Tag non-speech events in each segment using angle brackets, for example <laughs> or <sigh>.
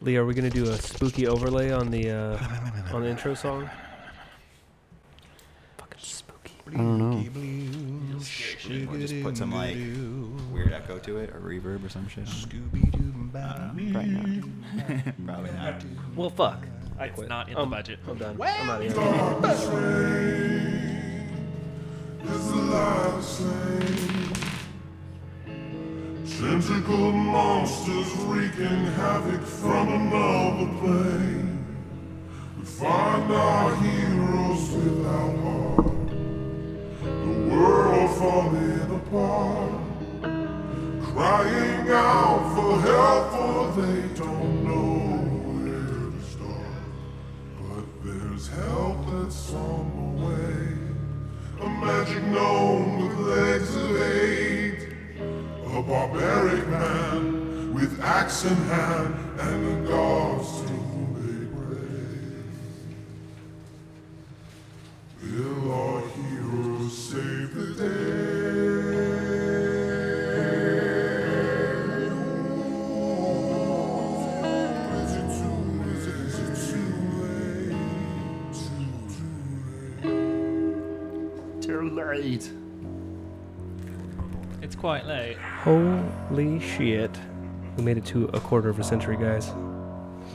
Lee, are we gonna do a spooky overlay on the uh, on the intro song? Fucking spooky. I don't know. Should we just put some like weird echo to it or reverb or some shit? on it? Probably not. <laughs> Well, fuck. I It's quit. not in I'm- the budget. I'm done. I'm out of here. Tentacle monsters wreaking havoc from another plane. We find our heroes without heart. The world falling apart. Crying out for help, for they don't know where to start. But there's help that's on the way. A magic gnome with legs of eight. A barbaric man with axe in hand and the gods to whom they pray. Will our heroes save the day? Is it too late? Is it too late? Too late. Too late. It's quite late. Holy shit! We made it to a quarter of a century, guys.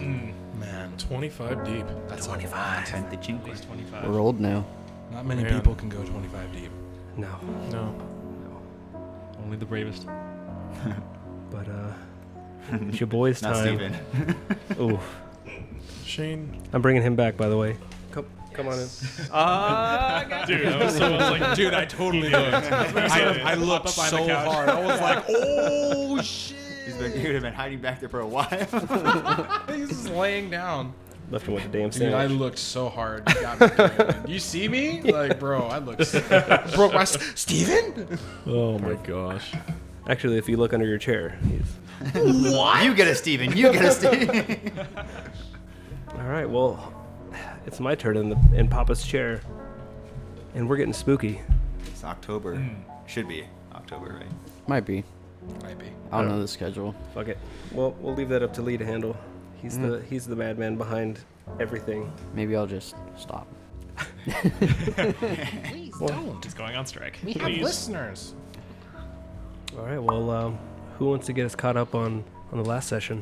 Man, 25 deep. That's only five. Tenth the At least chinque. 25. We're old now. Not many Yeah. people can go 25 deep. No, No. Only the bravest. but <laughs> uh, it's your boy's Not time. Steven. Ooh, Shane. I'm bringing him back, by the way. Come, come on in. Uh, Dude, I was, so, I was <laughs> like, Dude, <laughs> I totally looked. I, I looked behind the so couch. hard. I was <laughs> like, oh He's shit. been, he would have been hiding back there for a <laughs> while. He's just laying down. Left him with a damn Dude, I sandwich. looked so hard. You, got me good, man. You <laughs> see me? Like, bro, I looked. So, broke my. s- Steven? oh my gosh. Actually, if you look under your chair, he's. You get a Steven. You get a Steven. <laughs> All right, well, it's my turn in the in Papa's chair, and we're getting spooky. it's October. Hmm. Should be October, right? Might be. Might be. I don't know the schedule. Hmm. Fuck it. Well, we'll leave that up to Lee to handle. He's the he's the madman behind everything. Maybe I'll just <laughs> stop. <laughs> Please don't. he's going on strike. We have Please. listeners. All right, well, um, who wants to get us caught up on on the last session?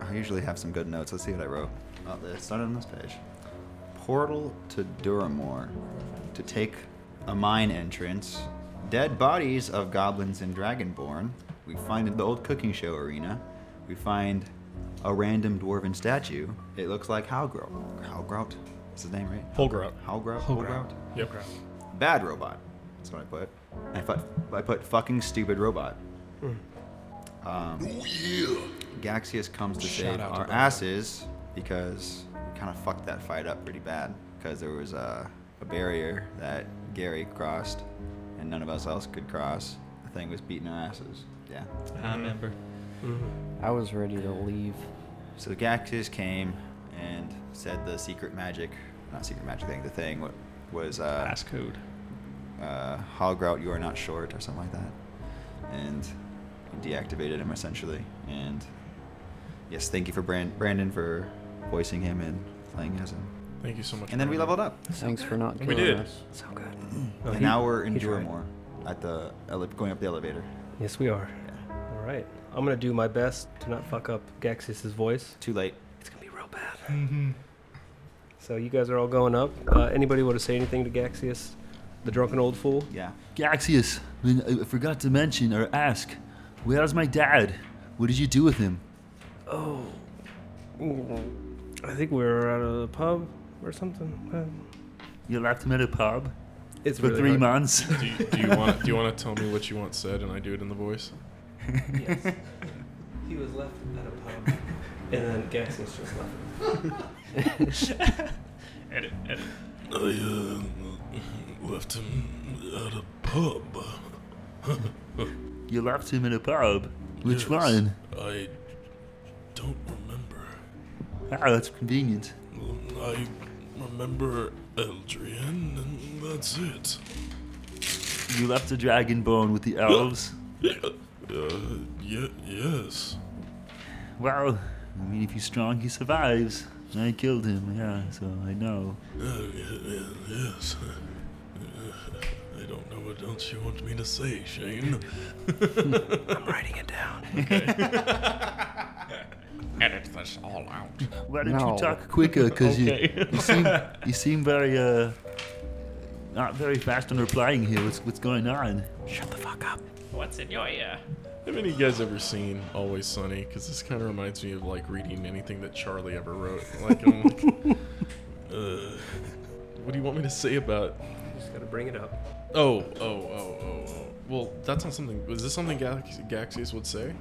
I usually have some good notes. Let's see what I wrote. Oh, it started on this page. Portal to Duramore to take a mine entrance. Dead bodies of goblins and dragonborn. We find the old cooking show arena. We find a random dwarven statue. It looks like Halgrout. Halgrout? Is his name right? Holgrout. Halgrout? Holgrout? Yep. Bad robot. That's what I put. I put, I put fucking stupid robot. Um, Gaxius comes to Shout save out to our Boba. asses because we kind of fucked that fight up pretty bad because there was a, a barrier that Gary crossed and none of us else could cross. The thing was beating our asses. Yeah. <laughs> I remember. I was ready to leave. So Gaxius came and said the secret magic, not secret magic thing, the thing wa- was uh, Passcode. uh, Hoggrout, you are not short, or something like that. And deactivated him essentially. And yes, thank you for Brand- Brandon for voicing him and playing as him. Thank you so much. And then we leveled up. Thanks for not We killing did. Mm. us. So good. and now we're in he tried. Duramore at the ele- going up the elevator. Yes, we are. All right, I'm gonna do my best to not fuck up Gaxius's voice. Too late. It's gonna be real bad. Mm-hmm. So you guys are all going up. Uh, anybody want to say anything to Gaxius, the drunken old fool? Yeah. Gaxius, I, mean, I forgot to mention or ask, where's my dad? What did you do with him? Oh. Mm. I think we were out of the pub or something. Uh, You left him at a pub It's for really three hard. months. Do you, do you want? Do you want to tell me what you want said, and I do it in the voice? He was left at a pub, <laughs> and then Gaxius just left. <laughs> Edit, edit. I uh, left him at a pub. you left him at a pub. Which Yes. one? I don't remember. Ah, that's convenient. I remember Eldrian, and that's it. You left the dragon bone with <gasps> the elves. Uh, ye- yes. Well, I mean, if he's strong, he survives. I killed him, yeah, so I know. yes. I don't know what else you want me to say, Shane. writing it down. <laughs> Edit this all out. Why don't No. you talk quicker? Because <laughs> Okay. you, you seem you seem very uh not very fast on replying here. What's what's going on? Shut the fuck up. What's in your ear? Have any of you guys ever seen Always Sunny? Because this kind of reminds me of like reading anything that Charlie ever wrote. <laughs> Like, I'm like, uh, what do you want me to say about? Just gotta bring it up. Oh, oh, oh, oh, oh. Well, that's not something. Was this something Gax- Gaxius would say?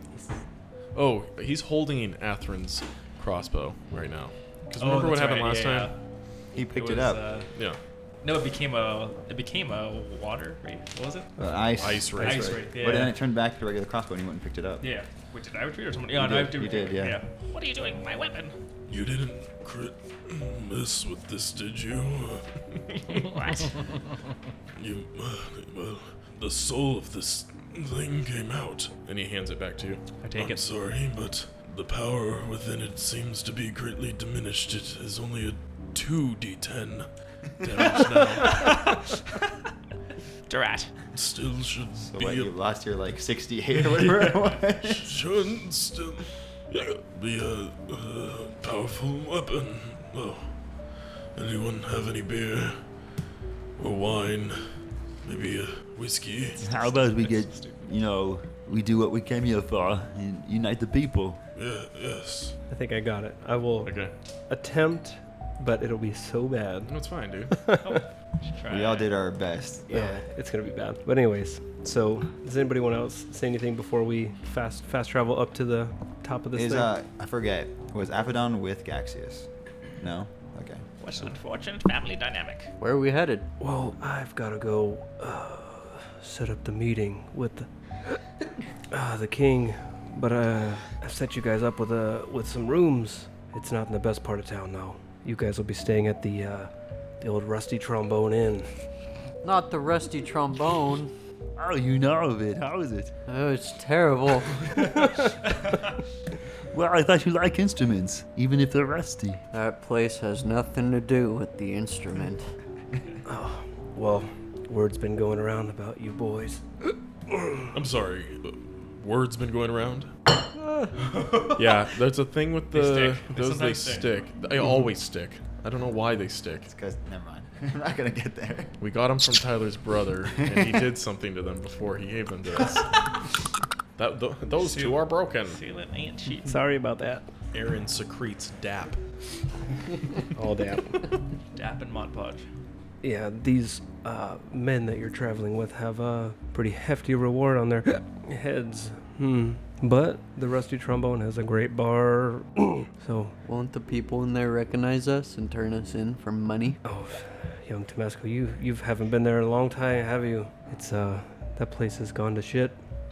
Oh, he's holding Atherin's crossbow right now. Because remember what happened last time? He picked it, uh, up. Yeah. no, it became a it became a water raid. What was it? Uh, ice, Ice raid. Ice raid, But then yeah. it turned back to regular crossbow and he went and picked it up. Yeah. Wait, did I retreat or someone? Yeah, You no, I did, you retreat. did, yeah. What are you doing? with My weapon. You didn't <clears throat> crit miss with this, did you? <laughs> what? You, uh, well, the soul of this thing came out. And he hands it back to you. I take I'm it. sorry, but the power within it seems to be greatly diminished. It is only a <laughs> 2d10 damage now. Durat. Still should So be what, you a, lost your like 68 or whatever it was. <laughs> should still be a, uh powerful weapon. Oh, anyone have any beer or wine? Maybe a whiskey? How about we get you know we do what we came here for and unite the people? Yeah, yes. I think I got it. I will Okay. attempt, but it'll be so bad. That's <laughs> fine, dude. Oh, We all did our best. Yeah, it's gonna be bad. But anyways, so does anybody want else say anything before we fast fast travel up to the top of this Is thing? uh, I forget. Was Apodon with Gaxius? No. Okay. What an unfortunate family <laughs> dynamic. Where are we headed? well, I've gotta go uh, set up the meeting with the, uh, the king, but uh, I've set you guys up with uh, with some rooms. It's not in the best part of town though. You guys will be staying at the uh, the old Rusty Trombone Inn. Not the rusty trombone. Oh, you know of it. How is it? Oh, it's <laughs> terrible. Well, I thought you like instruments, even if they're rusty. that place has nothing to do with the instrument. <sighs> Well, word's been going around about you boys. I'm sorry. but Word's been going around. yeah, there's a thing with the stick. They those they sometimes stick. Mm-hmm. stick. They always stick. I don't know why they stick. Because never mind. <laughs> I'm not gonna get there. We got them from Tyler's brother, and <laughs> he did something to them before he gave them to us. That, th- those two are broken. Sealant and sheets. Sorry about that. Aaron secretes <laughs> dap. All that. Dap and Mod Podge. yeah, these uh, men that you're traveling with have a pretty hefty reward on their heads. Hmm. But the Rusty Trombone has a great bar. <clears throat> so, Won't the people in there recognize us and turn us in for money? oh, young Tomasco, you you haven't been there in a long time, have you? It's uh, that place has gone to shit.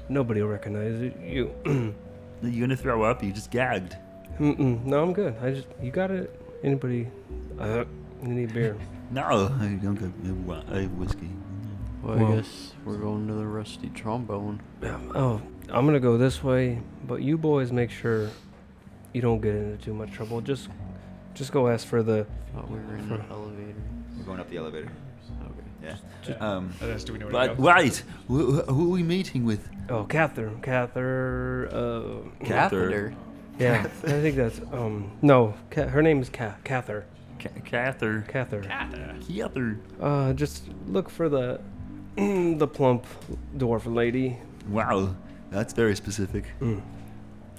Nobody will recognize it. You. <clears throat> You're gonna throw up. You just gagged. Mm-mm. No, I'm good. I just you got it. Anybody? Uh, you need beer. <laughs> No, I don't get I want- I have whiskey. Well, Well- I guess we're going to the rusty trombone. Um, Oh, I'm gonna go this way, but you boys make sure you don't get into too much trouble. Just, just go ask for the. Thought we were in the elevator. We're going up the elevator. Okay. Yeah. Uh, Um, do we know where to But go? right, who, who are we meeting with? Oh, Catherine, Cather. Uh, Catheter. yeah, I think that's um. No, Ca- her name is Ca- Cather. Ca- Cather. Cather. Cather. Cather. Uh, just look for the, <clears throat> the plump dwarf lady. Hmm. Wow, that's very specific.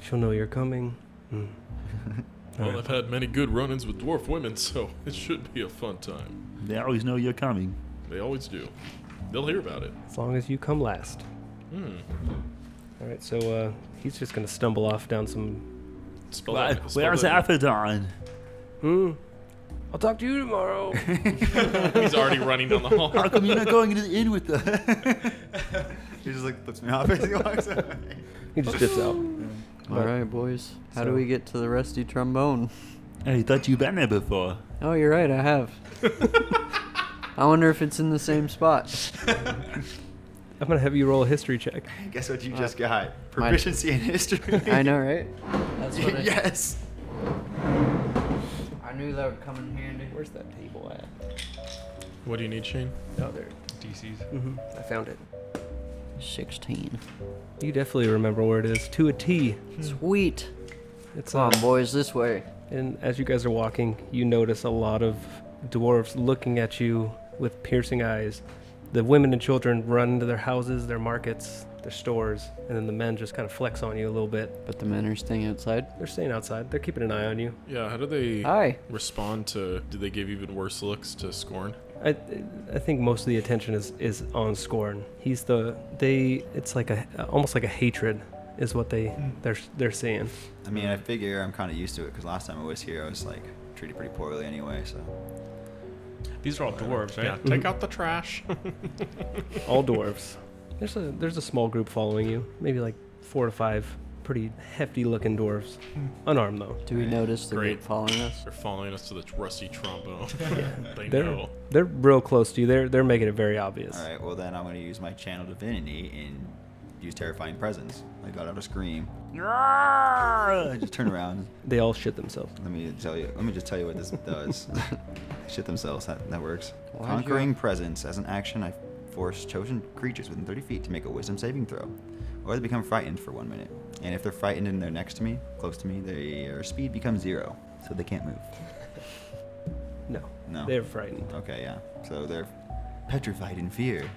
She'll know you're coming. Hmm. <laughs> Well, I've had many good run-ins with dwarf women, so <laughs> it should be a fun time. They always know you're coming. They always do. They'll hear about it. Hmm. as long as you come last. All right, so uh, he's just gonna stumble off down some. Spell Why- that- spell where's that- Aphodon? <laughs> Hmm. <laughs> I'll talk to you <laughs> tomorrow. He's already running down the hall. How come you're not going into the inn with us? <laughs> He just like flips me off as he walks away. he just dips out. All right, boys. How do So- we get to the rusty trombone? I thought you'd been there <laughs> before. Oh, you're right. <laughs> I have. I wonder if it's in the same <laughs> spot. I'm gonna have you roll a history check. Guess what you just got? Uh, mine- Proficiency in history. <laughs> I know, right? That's what I, yes. knew that would come in handy. Where's that table at? What do you need, Shane? Oh, there. DC's. hmm I found it. 16. You definitely remember where it is to a T. Hmm. Sweet. It's Come um, on, boys, this way. and as you guys are walking, you notice a lot of dwarves looking at you with piercing eyes. The women and children run into their houses, their markets, their stores, and then the men just kind of flex on you a little bit. But the men are staying outside. They're staying outside. They're keeping an eye on you. Yeah, how do they Hi. respond to. Did they give even worse looks to Scorn? I, I think most of the attention is, is on Scorn. He's the they. It's like a almost like a hatred is what they they're they're seeing. I mean, I figure I'm kind of used to it because last time I was here, I was like treated pretty poorly anyway. So These are all dwarves, right? Mm-hmm. Yeah, <laughs> take out the trash. All dwarves. There's a there's a small group following you. Maybe like four to five pretty hefty looking dwarves. Unarmed though. Do we notice the Great. group following us? They're following us to the rusty <laughs> trombone. <laughs> they They're know. they're real close to you. They're they're making it very obvious. all right, well then I'm gonna use my channel divinity and use terrifying presence. I got out a scream. I just turn around. <laughs> They all shit themselves. Let me tell you. Let me just tell you what this does. <laughs> They Shit themselves. That, that works. Why'd you- Conquering presence as an action, I force chosen creatures within 30 feet to make a Wisdom saving throw, or they become frightened for one minute. And if they're frightened and they're next to me, close to me, their speed becomes zero, so they can't move. No. No. They're frightened. Okay, yeah. So they're petrified in fear.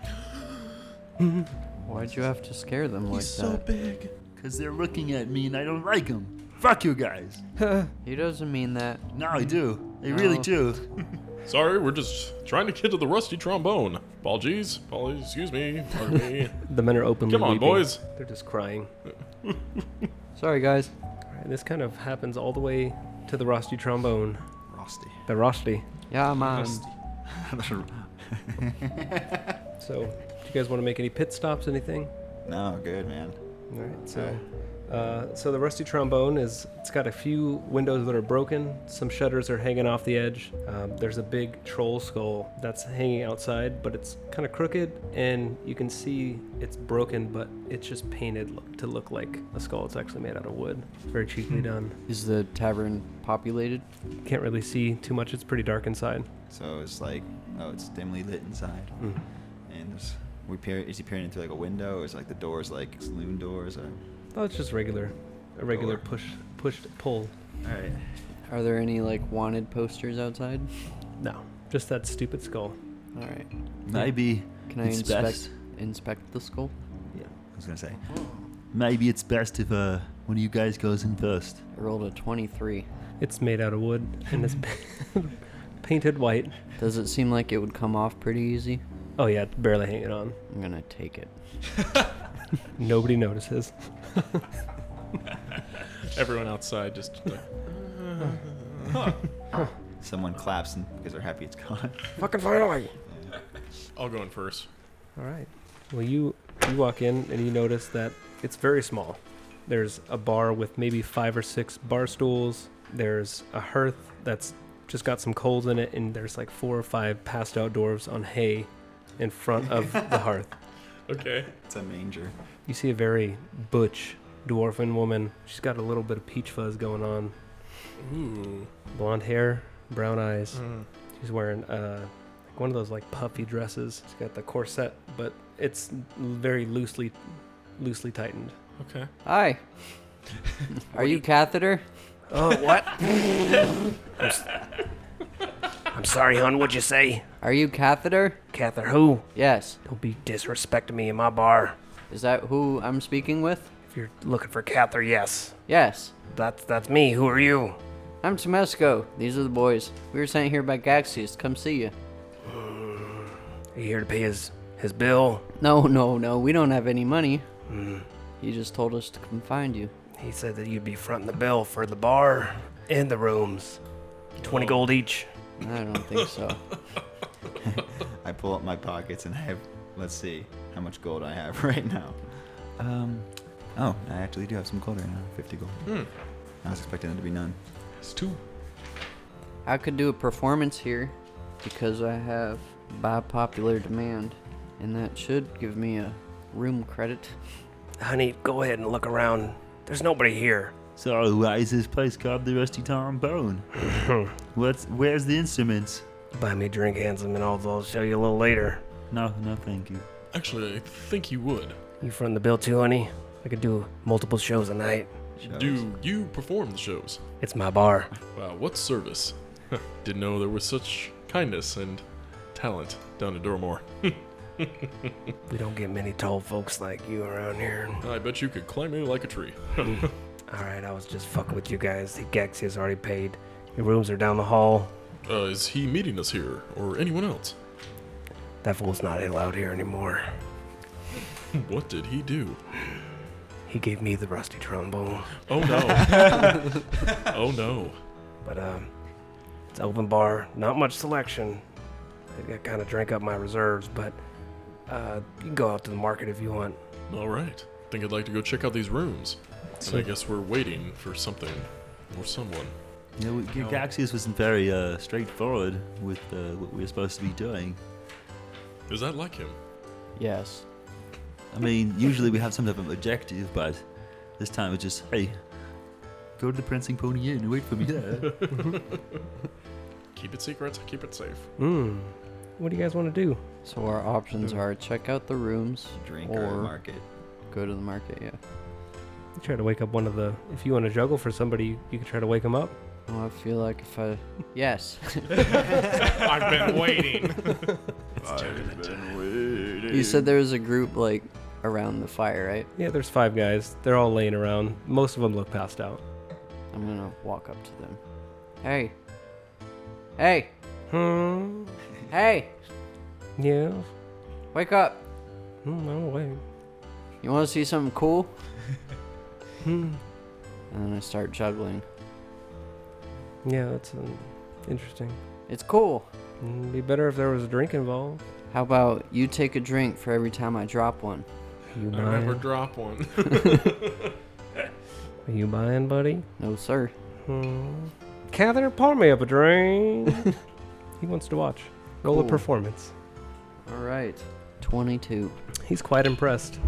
Why'd you have to scare them like He's so that? big. Because they're looking at me and I don't like them. Fuck you guys. <laughs> He doesn't mean that. No, I do. I really No. do. <laughs> Sorry, we're just trying to get to the rusty trombone. Apologies. Apologies. Excuse me. Pardon me. <laughs> The men are openly Come on, weeping. boys. They're just crying. Sorry, guys. And this kind of happens all the way to the Rusty trombone. Rusty. The Rusty. Yeah, man. So, do you guys want to make any pit stops, anything? <laughs> no, good man. All right. So, uh, so the rusty trombone is. It's got a few windows that are broken. Some shutters are hanging off the edge. Um, there's a big troll skull that's hanging outside, but it's kind of crooked, and you can see it's broken, but it's just painted look, to look like a skull. It's actually made out of wood. It's very cheaply done. Hmm. Is the tavern populated? Can't really see too much. It's pretty dark inside. So it's like, oh, it's dimly lit inside, Hmm. and there's, we peer, is he peering in through like a window? Or is like the doors like saloon doors? Or Oh, it's just regular, a regular Door. push, push, pull. all right, Are there any like wanted posters outside? No, just that stupid skull. All right. Maybe. Can I it's inspect best. inspect the skull? I was gonna say, Maybe it's best if uh, one of you guys goes in first. I rolled a 23. It's made out of wood and <laughs> it's <laughs> painted white. Does it seem like it would come off pretty easy? Oh yeah, it's barely hanging on. I'm gonna take <laughs> it. Nobody notices. Everyone outside just <laughs> like, <laughs> someone claps and because they're happy it's gone. Fucking finally! <laughs> I'll go in first. All right. Well, you you walk in and you notice that it's very small. There's a bar with maybe five or six bar stools. There's a hearth that's just got some coals in it, and there's like four or five passed out dwarves on hay in front <laughs> of the hearth. <laughs> Okay. It's a manger. You see a very butch dwarfin woman. She's got a little bit of peach fuzz going on, Ooh. blonde hair, brown eyes. Mm. She's wearing uh, like one of those like puffy dresses. She's got the corset, but it's very loosely, loosely tightened. Okay. <laughs> Hi. Are you catheter? Oh, what? I'm s- I'm sorry, hon. What'd you say? Are you catheter? Cather who? Yes. Don't be disrespecting me in my bar. Is that who I'm speaking with? If you're looking for Cather, yes. Yes. That's that's me. Who are you? I'm Tomesco. These are the boys. We were sent here by Gaxius. Come see you. Are you here to pay his his bill? Hmm. No, no, no. We don't have any money. He just told us to come find you. He said that you'd be fronting the bill for the bar and the rooms. Twenty gold each. I don't think so. <laughs> I pull up my pockets and I have, let's see how much gold I have <laughs> right now. Um, oh, I actually do have some gold right now, 50 gold. Hmm. Hmm. I was expecting it to <laughs> be none. <laughs> It's two. I could do a performance here because I have by popular demand, and that should give me a room credit. <laughs> Honey, go ahead and look around. There's nobody here. So why is this place called the Rusty Trombone? What's where's the instruments? Buy me a drink, handsome, and all. I'll show you a little later. No, no, thank you. Actually, I think you would. You front the bill too, honey? I could do multiple shows a <laughs> night. Do you perform the shows? It's my bar. Wow, what service? <laughs> Huh, Didn't know there was such kindness and talent down in Durmore. We don't get many tall folks like you around here. Hmm. I bet you could climb me like a tree. <laughs> All right, I was just fucking with you guys. The Gaxia's already paid. Your rooms are down the hall. Uh, is he meeting us here or anyone else? That fool's not allowed here anymore. <laughs> What did he do? He gave me the rusty trombone. Oh no. <laughs> oh no. But um, it's open bar, not much selection. I kind of drank up my reserves, but uh, you can go out to the market if you want. All right. Think I'd like to go check out these rooms. And I guess we're waiting for something or someone. Yeah, we, Gaxius wasn't very uh, straightforward with uh, what we were supposed to be doing. Is that like him? Yes. I mean, usually we have some type of objective, but this time it's just, hey, go to the Prancing Pony Inn and wait for <laughs> me there. <laughs> Keep it secret. Keep it safe. Hmm. What do you guys want to do? So our options are check out the rooms, Drink or or, market. go to the market. Yeah. You try to wake up one of the. If you want to juggle for somebody, you can try to wake them up. Well, I feel like if I yes, <laughs> I've been waiting. you said there was a group like around the fire, right? Yeah, there's five guys. They're all laying around. Most of them look passed out. I'm gonna walk up to them. Hey. Hey. Hmm. Hey. Yeah. Wake up. Hmm, I'm awake. You want to see something cool? Hmm. and then I start juggling. Yeah, that's um, interesting. It's cool. It'd Mm, be better if there was a drink involved. How about you take a drink for every time I drop one? You I never buying? drop one. Are <laughs> you buying, buddy? No, sir. Hmm. Cather, pour me up a <laughs> drink. he wants to watch. Roll a Cool. performance. All right. 22. He's quite impressed.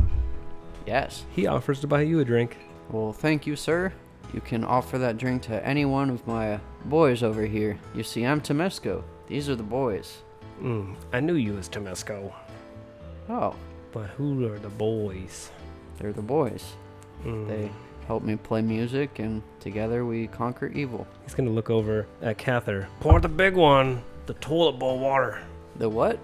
Yes. He offers to buy you a drink. Well, thank you, sir. You can offer that drink to any one of my boys over here. You see, I'm Temesco. These are the boys. Mm, I knew you was Temesco. Oh, But who are the boys? they're the boys. Mm. They help me play music, and together we conquer evil. He's gonna look over at Cather. Pour the big one. The toilet bowl water. The what?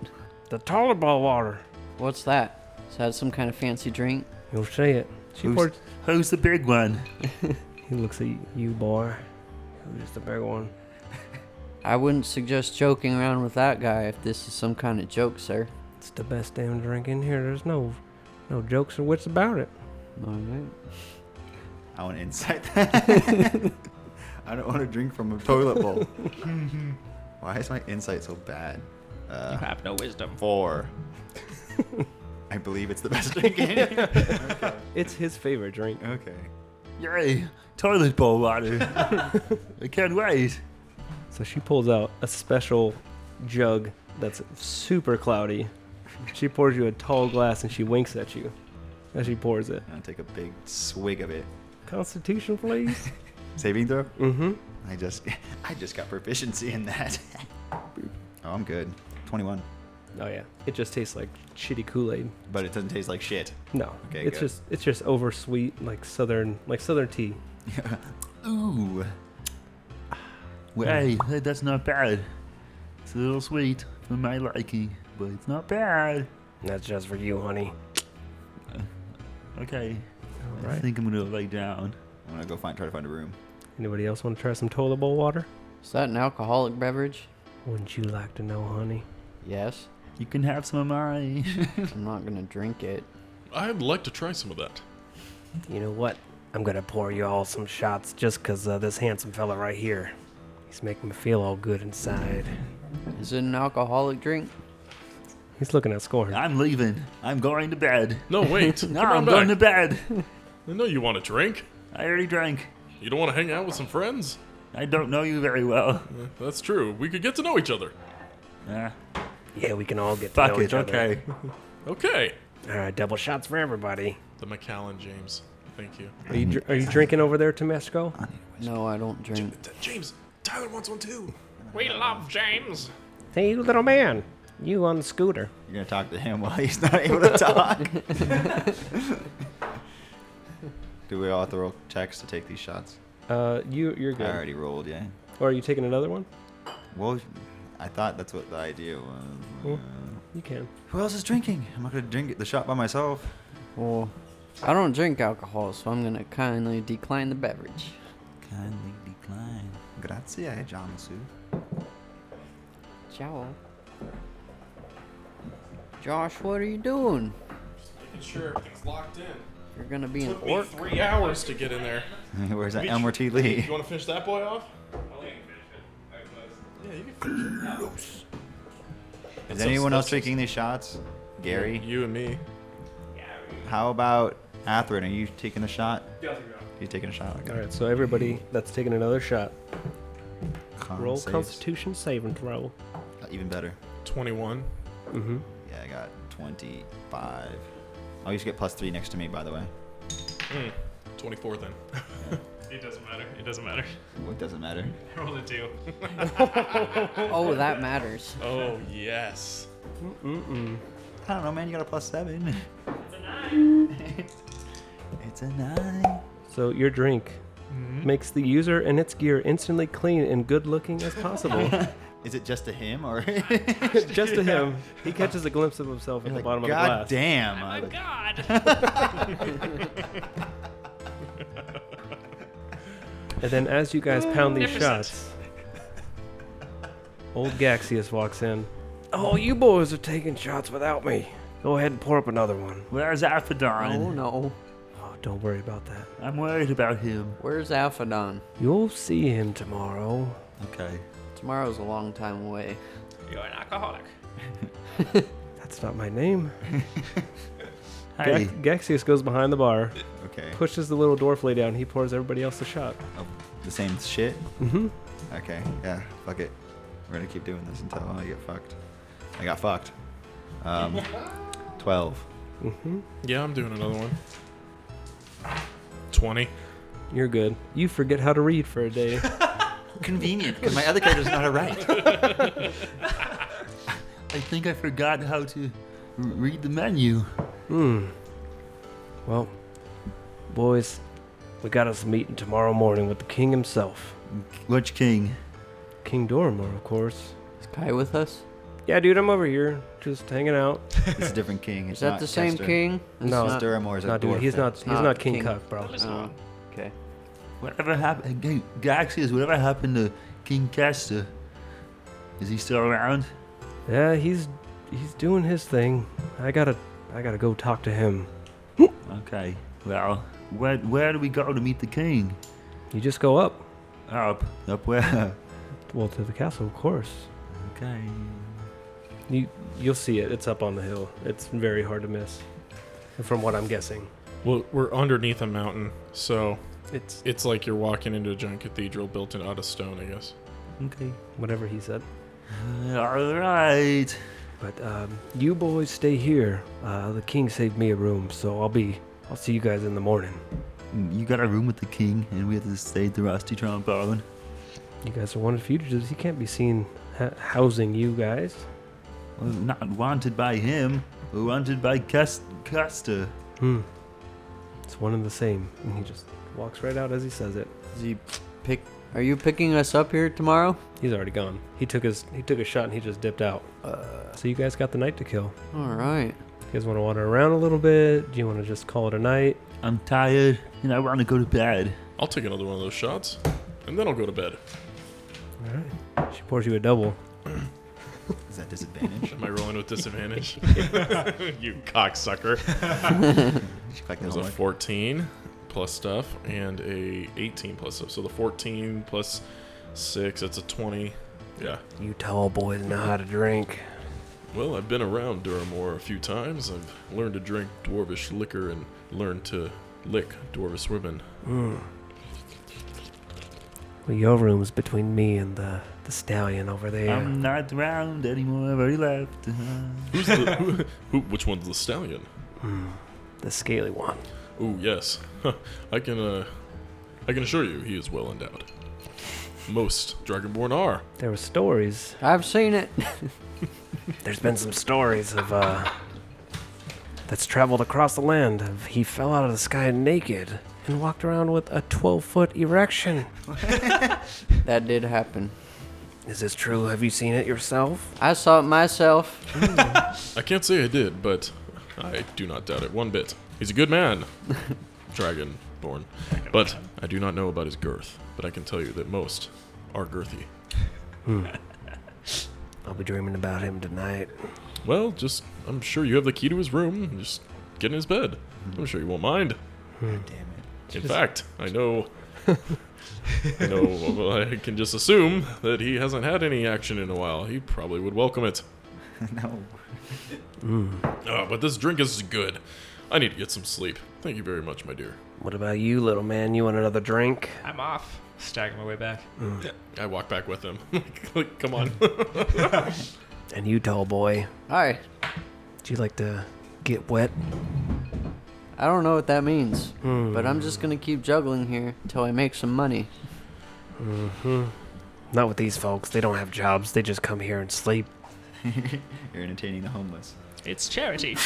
The toilet bowl water. What's that? Is that some kind of fancy drink? You'll see it. She Who's- poured. Who's the big one? <laughs> He looks at you, boy. Who's the big one? <laughs> I wouldn't suggest joking around with that guy if this is some kind of joke, sir. It's the best damn drink in here. There's no, no jokes or wits about it. All right. I want <laughs> to insight that. I don't want to drink from a <laughs> toilet bowl. Why is my insight so bad? you Uh, have no wisdom. <laughs> four. I believe it's the best drink in here. <laughs> It's his favorite drink. Okay. Yay! Toilet bowl water. I can't wait. So she pulls out a special jug that's super cloudy. She pours you a tall glass and she winks at you as she pours it. I'm gonna take a big swig of it. Constitution, please. Saving throw. mm-hmm. I just, <laughs> I just got proficiency in <laughs> that. oh, I'm good. 21. Oh yeah. It just tastes like shitty Kool-Aid. But it doesn't taste like shit. No. Okay, it's good. just it's just over sweet like southern like southern tea. Ooh. Hey, hey, that's not bad. It's a little sweet for my liking, but it's not bad. That's just for you, honey. Okay, All I right. think I'm gonna lay down. I'm gonna go find, try to find a room. Anybody else want to try some toilet bowl water? Is that an alcoholic beverage? Wouldn't you like to know, honey? Yes. You can have some <laughs> of mine. I'm not gonna drink it. I'd like to try some of that. You know what? I'm gonna pour you all some shots just 'cause uh, this handsome fella right here. He's making me feel all good inside. Is it an alcoholic drink? He's looking at Scorn. I'm leaving. I'm going to bed. <laughs> <laughs> No, wait. No, Come on I'm going to back. bed. <laughs> I know you want a drink. I already drank. You don't want to hang out with some friends? I don't know you very <laughs> well. That's true. We could get to know each other. Ah, Yeah, we can all get to fuck know it. each other. Okay. Okay. All right, double shots for everybody. The McAllen James. Thank you. Are you, dr- are you drinking over there, Tomesco? No, I don't drink. James, Tyler wants one too. <laughs> We love <laughs> James. Hey, you little man. You on the scooter. You're gonna talk to him <laughs> while he's not able to <laughs> talk. Do we all have to roll checks to take these shots? Uh, you, you're good. I already rolled, yeah. Or are you taking another one? Well, I thought that's what the idea was. Cool. Uh, You can. who else is drinking? I'm not gonna drink it- the shot by myself. Well, I don't drink alcohol, so I'm gonna kindly decline the beverage. Kindly decline. eh, Grazie, John Masu. Ciao. Josh, what are you doing? Making sure everything's locked in. You're gonna be an Took me orc. three hours to get in there. <laughs> Where's that Reach. Elmer T. You Lee? want to finish that boy off? <clears throat> Is anyone else drinking these shots? Gary, You and me. how about Atherin? Are you taking the shot? You taking a shot? Okay. All right, so everybody that's taking another shot, Con roll saves. Constitution saving throw. Even better. 21. Mm-hmm. Yeah, I got 25. Oh, you should get plus three next to me, by the way. 24 Mm. then. <laughs> It doesn't matter. It doesn't matter. What <laughs> doesn't matter. I rolled a two. <laughs> Oh, that matters. Oh, yes. I don't know, man. You got a plus seven. It's a nine. it's a nine. So your drink makes the user and its gear instantly clean and good looking as <laughs> possible. <laughs> Is it just to him or? You're Just to him, he catches a glimpse of himself in the like, bottom of the God glass. damn. My I was like, God. And then as you guys pound these Magnificent. shots, old Gaxius walks in. Oh, you boys are taking shots without me. Go ahead and pour up another one. Where's Oh Aphodon? no. Oh, don't worry about that. I'm worried about him. Where's Alphadon? You'll see him tomorrow. Okay. Tomorrow's a long time away. You're an alcoholic. That's not my name. <laughs> Hey. Gax- Gaxius goes behind the bar, okay. pushes the little dwarf lady down. He pours everybody else a shot. Oh, the same shit. Mm-hmm. Okay. Yeah. Fuck it. We're gonna keep doing this until I get fucked. I got fucked. <laughs> Um, twelve. <laughs> Mm-hmm. Yeah, I'm doing another one. 20. You're good. You forget how to read for a day. Convenient. Because my other character's not a right. <laughs> I think I forgot how to r- read the menu. well, boys, we got us a meeting tomorrow morning with the king himself. Which king? King Dorimor, of course. Is Kai with us? Yeah, dude, I'm over here just hanging out. It's a different king. It's Is that not the same Chester. king? It's No. not- Duramore is a No, dude, dwarf he's thing. not. He's Ah, not King, King. Cuck, bro. oh, okay. Whatever happened, Ga- Gaxius? Whatever happened to King Castor? Is he still around? Yeah, he's he's doing his thing. I gotta I gotta go talk to him. Okay. Well, where where do we go to meet the king? You just go up. Up, up where? <laughs> Well, to the castle, of course. Okay. You you'll see it. It's up on the hill. It's very hard to miss, from what I'm guessing. Well, we're underneath a mountain, so It's it's like you're walking into a giant cathedral built in out of stone, I guess. Okay. whatever he said. Uh, all right. But um, you boys stay here. Uh, the king saved me a room, so I'll be. I'll see you guys in the morning. You got a room with the king, and we have to stay at the rusty trombone. You guys are wanted fugitives. He can't be seen ha- housing you guys. We're not wanted by him. We're wanted by Cas- Castor. <laughs> Hmm. It's one and the same. And he just walks right out as he says it. Is he pick? Are you picking us up here tomorrow? He's already gone. He took his he took a shot and he just dipped out. Uh, so you guys got the night to kill. All right. You guys want to wander around a little bit? Do you want to just call it a night? I'm tired, and I want to go to bed. I'll take another one of those shots, and then I'll go to bed. All right. She pours you a double. <clears throat> Is that disadvantage? Am I rolling with <laughs> disadvantage? <laughs> you cocksucker. She collected There's a homework. 14 plus stuff and a 18 plus stuff. So the 14 plus 6, that's a 20. Yeah. You tall boys know how to drink. Well, I've been around Duramore a few times. I've learned to drink dwarvish liquor and learned to lick <laughs> dwarvish women. hmm. Well, your room's between me and the the stallion over there. Um, I'm not around anymore. I've already left. <laughs> Uh, <laughs> Who's the, who, who, which one's the stallion? the scaly one. Ooh, yes. <laughs> I can uh I can assure you he is well endowed. Most Dragonborn are. There were stories. I've <laughs> seen it. There's been some stories of uh that's traveled across the land. Of he fell out of the sky naked and walked around with a <laughs> 12-foot erection. that did happen. Is this true? Have you seen it yourself? I saw <laughs> it myself. Hmm. I can't say I did, but I do not doubt it one bit. He's a good man. <laughs> Dragonborn. But I do not know about his girth, but I can tell you that most are girthy. Hmm. I'll be dreaming about him tonight. Well, just I'm sure you have the key to his room. Just get in his bed. I'm sure you won't mind. Hmm. damn it. In fact, I know. I know. well, I can just assume that he hasn't had any action in a while. He probably would welcome it. no. Ah, but this drink is good. I need to get some sleep. Thank you very much, my dear. What about you, little man? You want another drink? I'm off. Staggering my way back. I walk back with him. <laughs> like, come on. And you, tall boy, Hi. do you like to get wet? I don't know what that means, Hmm. but I'm just gonna keep juggling here until I make some money. Mm-hmm. Not with these folks. They don't have jobs. They just come here and sleep. <laughs> You're entertaining the homeless. <laughs> It's charity.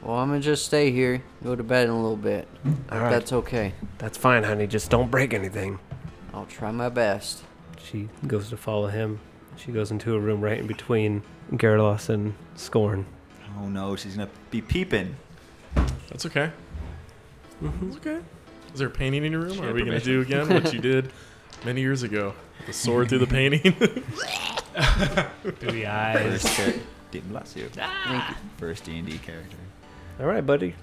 Well, I'm gonna just stay here, go to bed in a little bit. All right, That's okay. that's fine, honey. Just don't break anything. I'll try my best. She goes to follow him. She goes into a room right in between Gyarados and Scorn. Oh no, she's gonna be peeping. That's okay. It's okay. Is there a painting in your room? Are we going to do again what you did many years ago? The sword through <laughs> the painting? Through the eyes. Ah! First character. Bless you. Thank you. First D and D character. All right, buddy.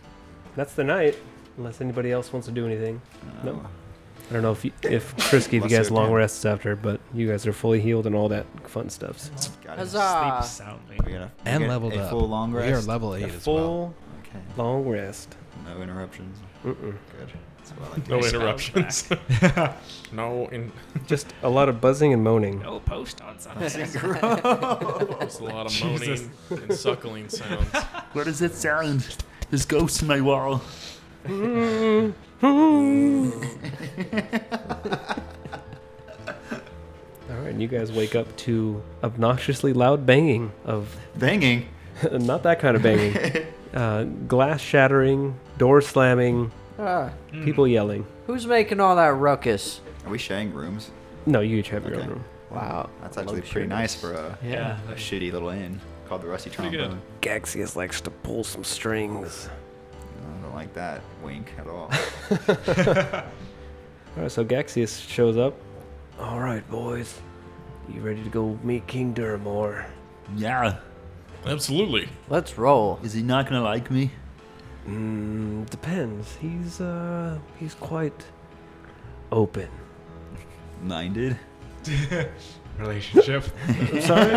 That's the night. Unless anybody else wants to do anything. Uh, No. I don't know if you, if Chris gave you Unless guys they're long dead. rests after, but you guys are fully healed and all that fun stuff. So. Got it. Huzzah! Sleep soundly. We got a- we And got leveled a up. full long We are rest. level eight as well. Full Okay. long rest. No interruptions. Mm-mm. Good. That's what I like to No Nice interruptions. <laughs> no in- Just a lot of buzzing and moaning. Oh, No post on Sunday. <laughs> just a lot of moaning and <laughs> suckling sounds. <laughs> Where does it sound? There's ghosts in <laughs> my wall. <laughs> All right, and you guys wake up to obnoxiously loud banging of Banging. <laughs> not that kind of banging, uh, glass shattering, door slamming, Ah, people yelling. who's making all that ruckus? Are we sharing rooms? No, you each have your own Okay. room. Wow. That's actually pretty nice for a, yeah. a shitty little inn called the Rusty good. Trombone. Gaxius likes to pull some strings. I don't like that wink <laughs> at all. <laughs> All right, so Gaxius shows up. All right, boys. You ready to go meet King <laughs> Duramore? Yeah. Absolutely. Let's roll. Is he not gonna like me? Mm, depends. He's uh he's quite open. Minded. <laughs> Relationship. I'm sorry.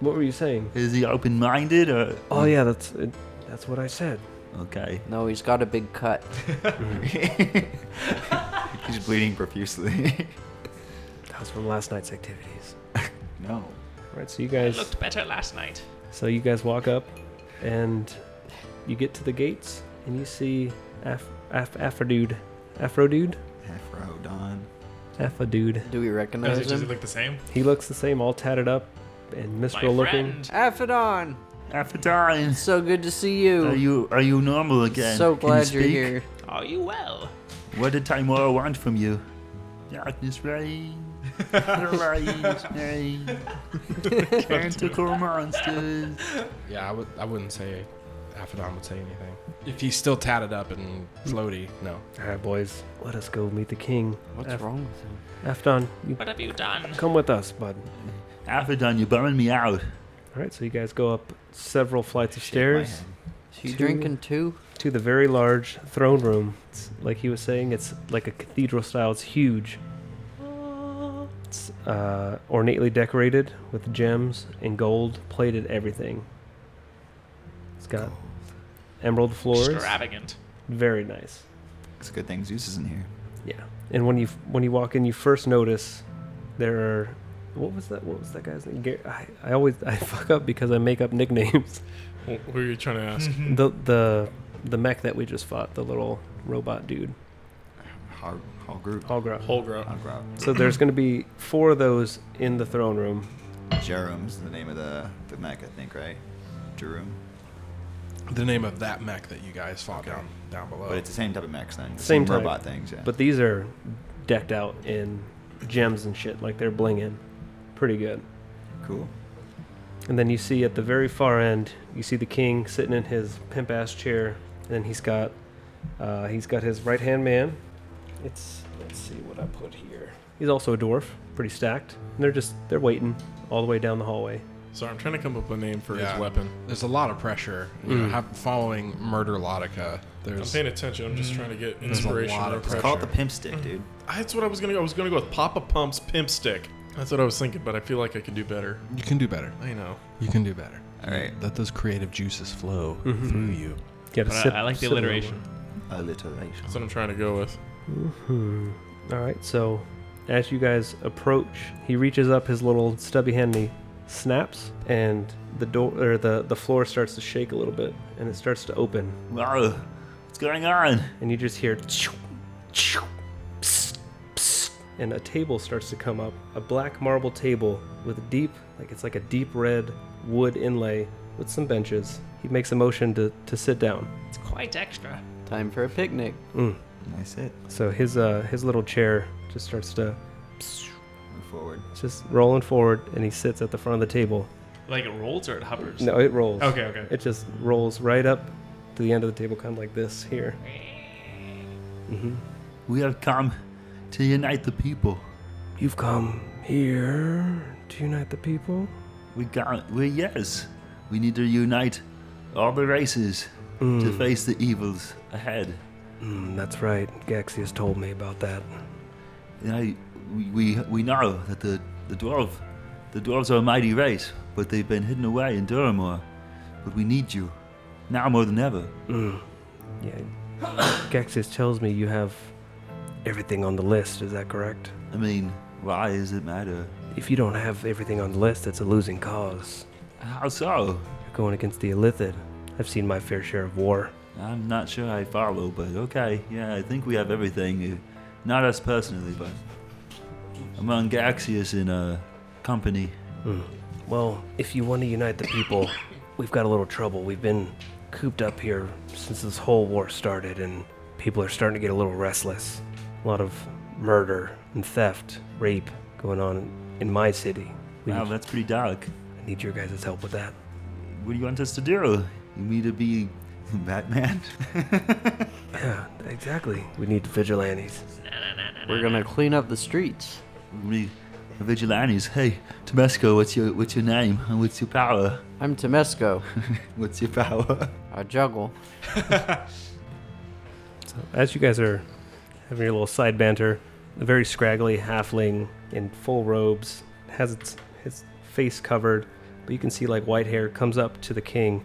what were you saying? Is he open-minded or? Oh yeah, that's it, that's what I said. Okay. No, he's got a big cut. <laughs> He's bleeding profusely. That was from last night's activities. no. All right, so you guys. Looked better last night. So you guys walk up, and you get to the gates, and you see Af- Af- Afrodude, Afrodude, Afro Don. Afrodude. Do we Does it recognize just him? look the same? He looks the same, all tatted up and My miserable looking. friend. Aphodon, After time. so good to see you. Are <laughs> you are you normal again? so Can you glad you're speak? here. Are you well? What did Timora want from you? Darkness reign. <laughs> Darkness reign. Tentacle monsters. yeah, I would. I wouldn't say Aphodon would say anything. If he's still tatted up and floaty, no. All right, Ah, boys, let us go meet the king. What's Af- wrong with him? Afdon, you What have you done? come with us, bud. Aphodon, you're bumming me out. All right, so you guys go up several flights of stairs Is he Two. drinking too? to the very large throne room. It's, like he was saying, it's like a cathedral style. It's huge. It's uh, ornately decorated with gems and gold plated everything. It's got emerald floors. Extravagant. Very nice. It's a good thing Zeus isn't here. Yeah. And when you when you walk in, you first notice there are what was that? What was that guy's name? Gar- I, <laughs> I always I fuck up because I make up nicknames. Wh- What are you trying to ask? the the the mech that we just fought, the little robot dude, Har- Hargrove. Algra. Whole grow. Hargrove. So there's going to be four of those in the throne room. Jerem's the name of the, the mech, I think, right? Jerome. The name of that mech that you guys fought down down below. But it's the same type of mechs then. the Same type. robot things, yeah. But these are decked out in gems and shit, like they're blinging. Pretty good. cool. And then you see at the very far end, you see the king sitting in his pimp ass chair, and then he's got uh, he's got his right hand man. It's let's see what I put here. He's also a dwarf, pretty stacked. And they're just they're waiting all the way down the hallway. Sorry, I'm trying to come up with a name for Yeah. his weapon. Hmm. There's a lot of pressure. You know, have, following Murder Lotica, I'm there's paying attention. I'm just trying to get a inspiration. lot of real quick. Call it the pimp stick, dude. That's what I was gonna go. I was gonna go with Papa Pump's Pimp Stick. That's what I was thinking, but I feel like I could do better. you can do better. I know. You can do better. All right. Let those creative juices flow Mm-hmm. through you. Mm-hmm. You gotta But sit- I, I like the sit a little alliteration. Alliteration. That's what I'm trying to go with. Hmm. All right. So, as you guys approach, he reaches up his little stubby hand and he snaps, and the door or the the floor starts to shake a little bit, and it starts to open, Whoa, what's going on? and you just hear, "Choo, choo, psst, psst," and a table starts to come up, a black marble table with a deep, like it's like a deep red wood inlay with some benches. He makes a motion to to sit down. It's quite extra. Time for a <laughs> picnic. Mm. Nice it. So his uh his little chair just starts to Move forward. it's just rolling forward, and he sits at the front of the table. Like it rolls or it hovers. No, it rolls. Okay, okay. It just rolls right up to the end of the table, kind of like this here. Mm-hmm. We have come to unite the people. You've come here to unite the people. We got. We yes. We need to unite all the races to face the evils ahead. Mm, Hmm. that's right. Gaxius told me about that. And I, we, we we know that the the dwarf, the dwarves are a mighty race, but they've been hidden away in Duramore. But we need you now more than ever. Hmm. Yeah. <coughs> Gaxius tells me you have everything on the list. Is that correct? I mean, why does it matter? If you don't have everything on the list, it's a losing cause. How so? You're going against the Illithid. I've seen my fair share of war. I'm not sure I follow, but okay, yeah, I think we have everything. Uh, Not us personally, but among Gaxius in a company. Hmm. Well, if you want to unite the people, we've got a little trouble. We've been cooped up here since this whole war started, and people are starting to get a little restless. A lot of murder and theft, rape going on in my city. We Wow, need, that's pretty dark. I need your guys' help with that. What do you want us to do? You mean to be <laughs> Batman? <laughs> Yeah, exactly. We need vigilantes. We're gonna clean up the streets. We vigilantes. Hey, Tomesco, what's your what's your name? And What's your power? I'm <laughs> Temesco. What's your power? I juggle. As you guys are having your little side banter, a very scraggly halfling in full robes has its, his face covered, but you can see like white hair comes up to the king.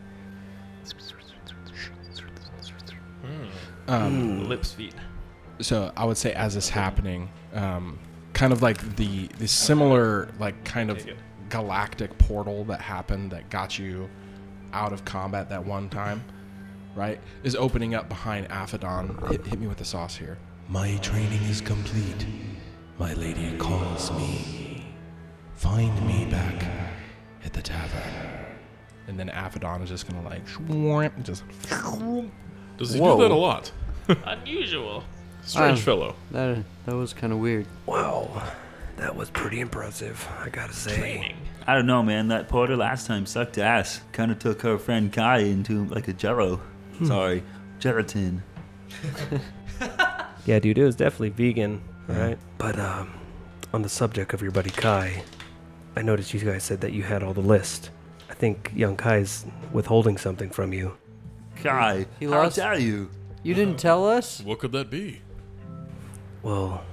Um, Hmm. Lips, feet. so I would say as this happening, um, kind of like the the similar like kind of Take it. galactic portal that happened that got you out of combat that one time, right? Is opening up behind Aphodon. Hit, hit me with the sauce here. My training is complete. My lady calls me. Find me back at the tavern. And then Aphodon is just gonna like shwarm, just Does he Whoa. do that a lot? <laughs> Unusual. Strange Um, fellow. That that was kind of weird. Wow, Oh, that was pretty impressive, I gotta say. Training. I don't know, man. That porter last time sucked ass. Kind of took her friend Kai into like a jello. Sorry, gelatin. Yeah, dude, it was definitely vegan, right? But um, on the subject of your buddy Kai, I noticed you guys said that you had all the list. I think young Kai's withholding something from you. Kai, He how lost- dare you? You didn't tell us? What could that be? Well,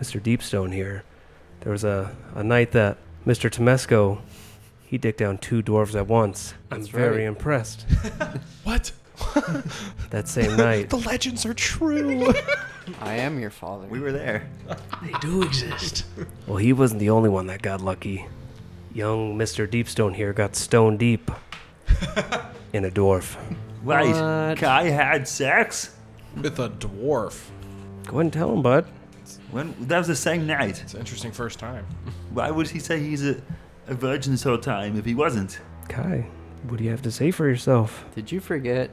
Mr. Deepstone here, there was a, a night that Mr. Temesco, he dicked down two dwarves at once. I'm That's very right. <laughs> impressed. what? <laughs> That <laughs> same night, <laughs> The legends are true. I am your father. We were there. They do exist. well, he wasn't the only one that got lucky. <laughs> Young Mr. Deepstone here got stone deep in a dwarf. Wait, What? I had sex? with a dwarf. Go ahead and tell him, bud. When that was the same night. It's an interesting first time. <laughs> Why would he say he's a, a virgin this whole time if he wasn't? Kai, what do you have to say for yourself? Did you <laughs> forget?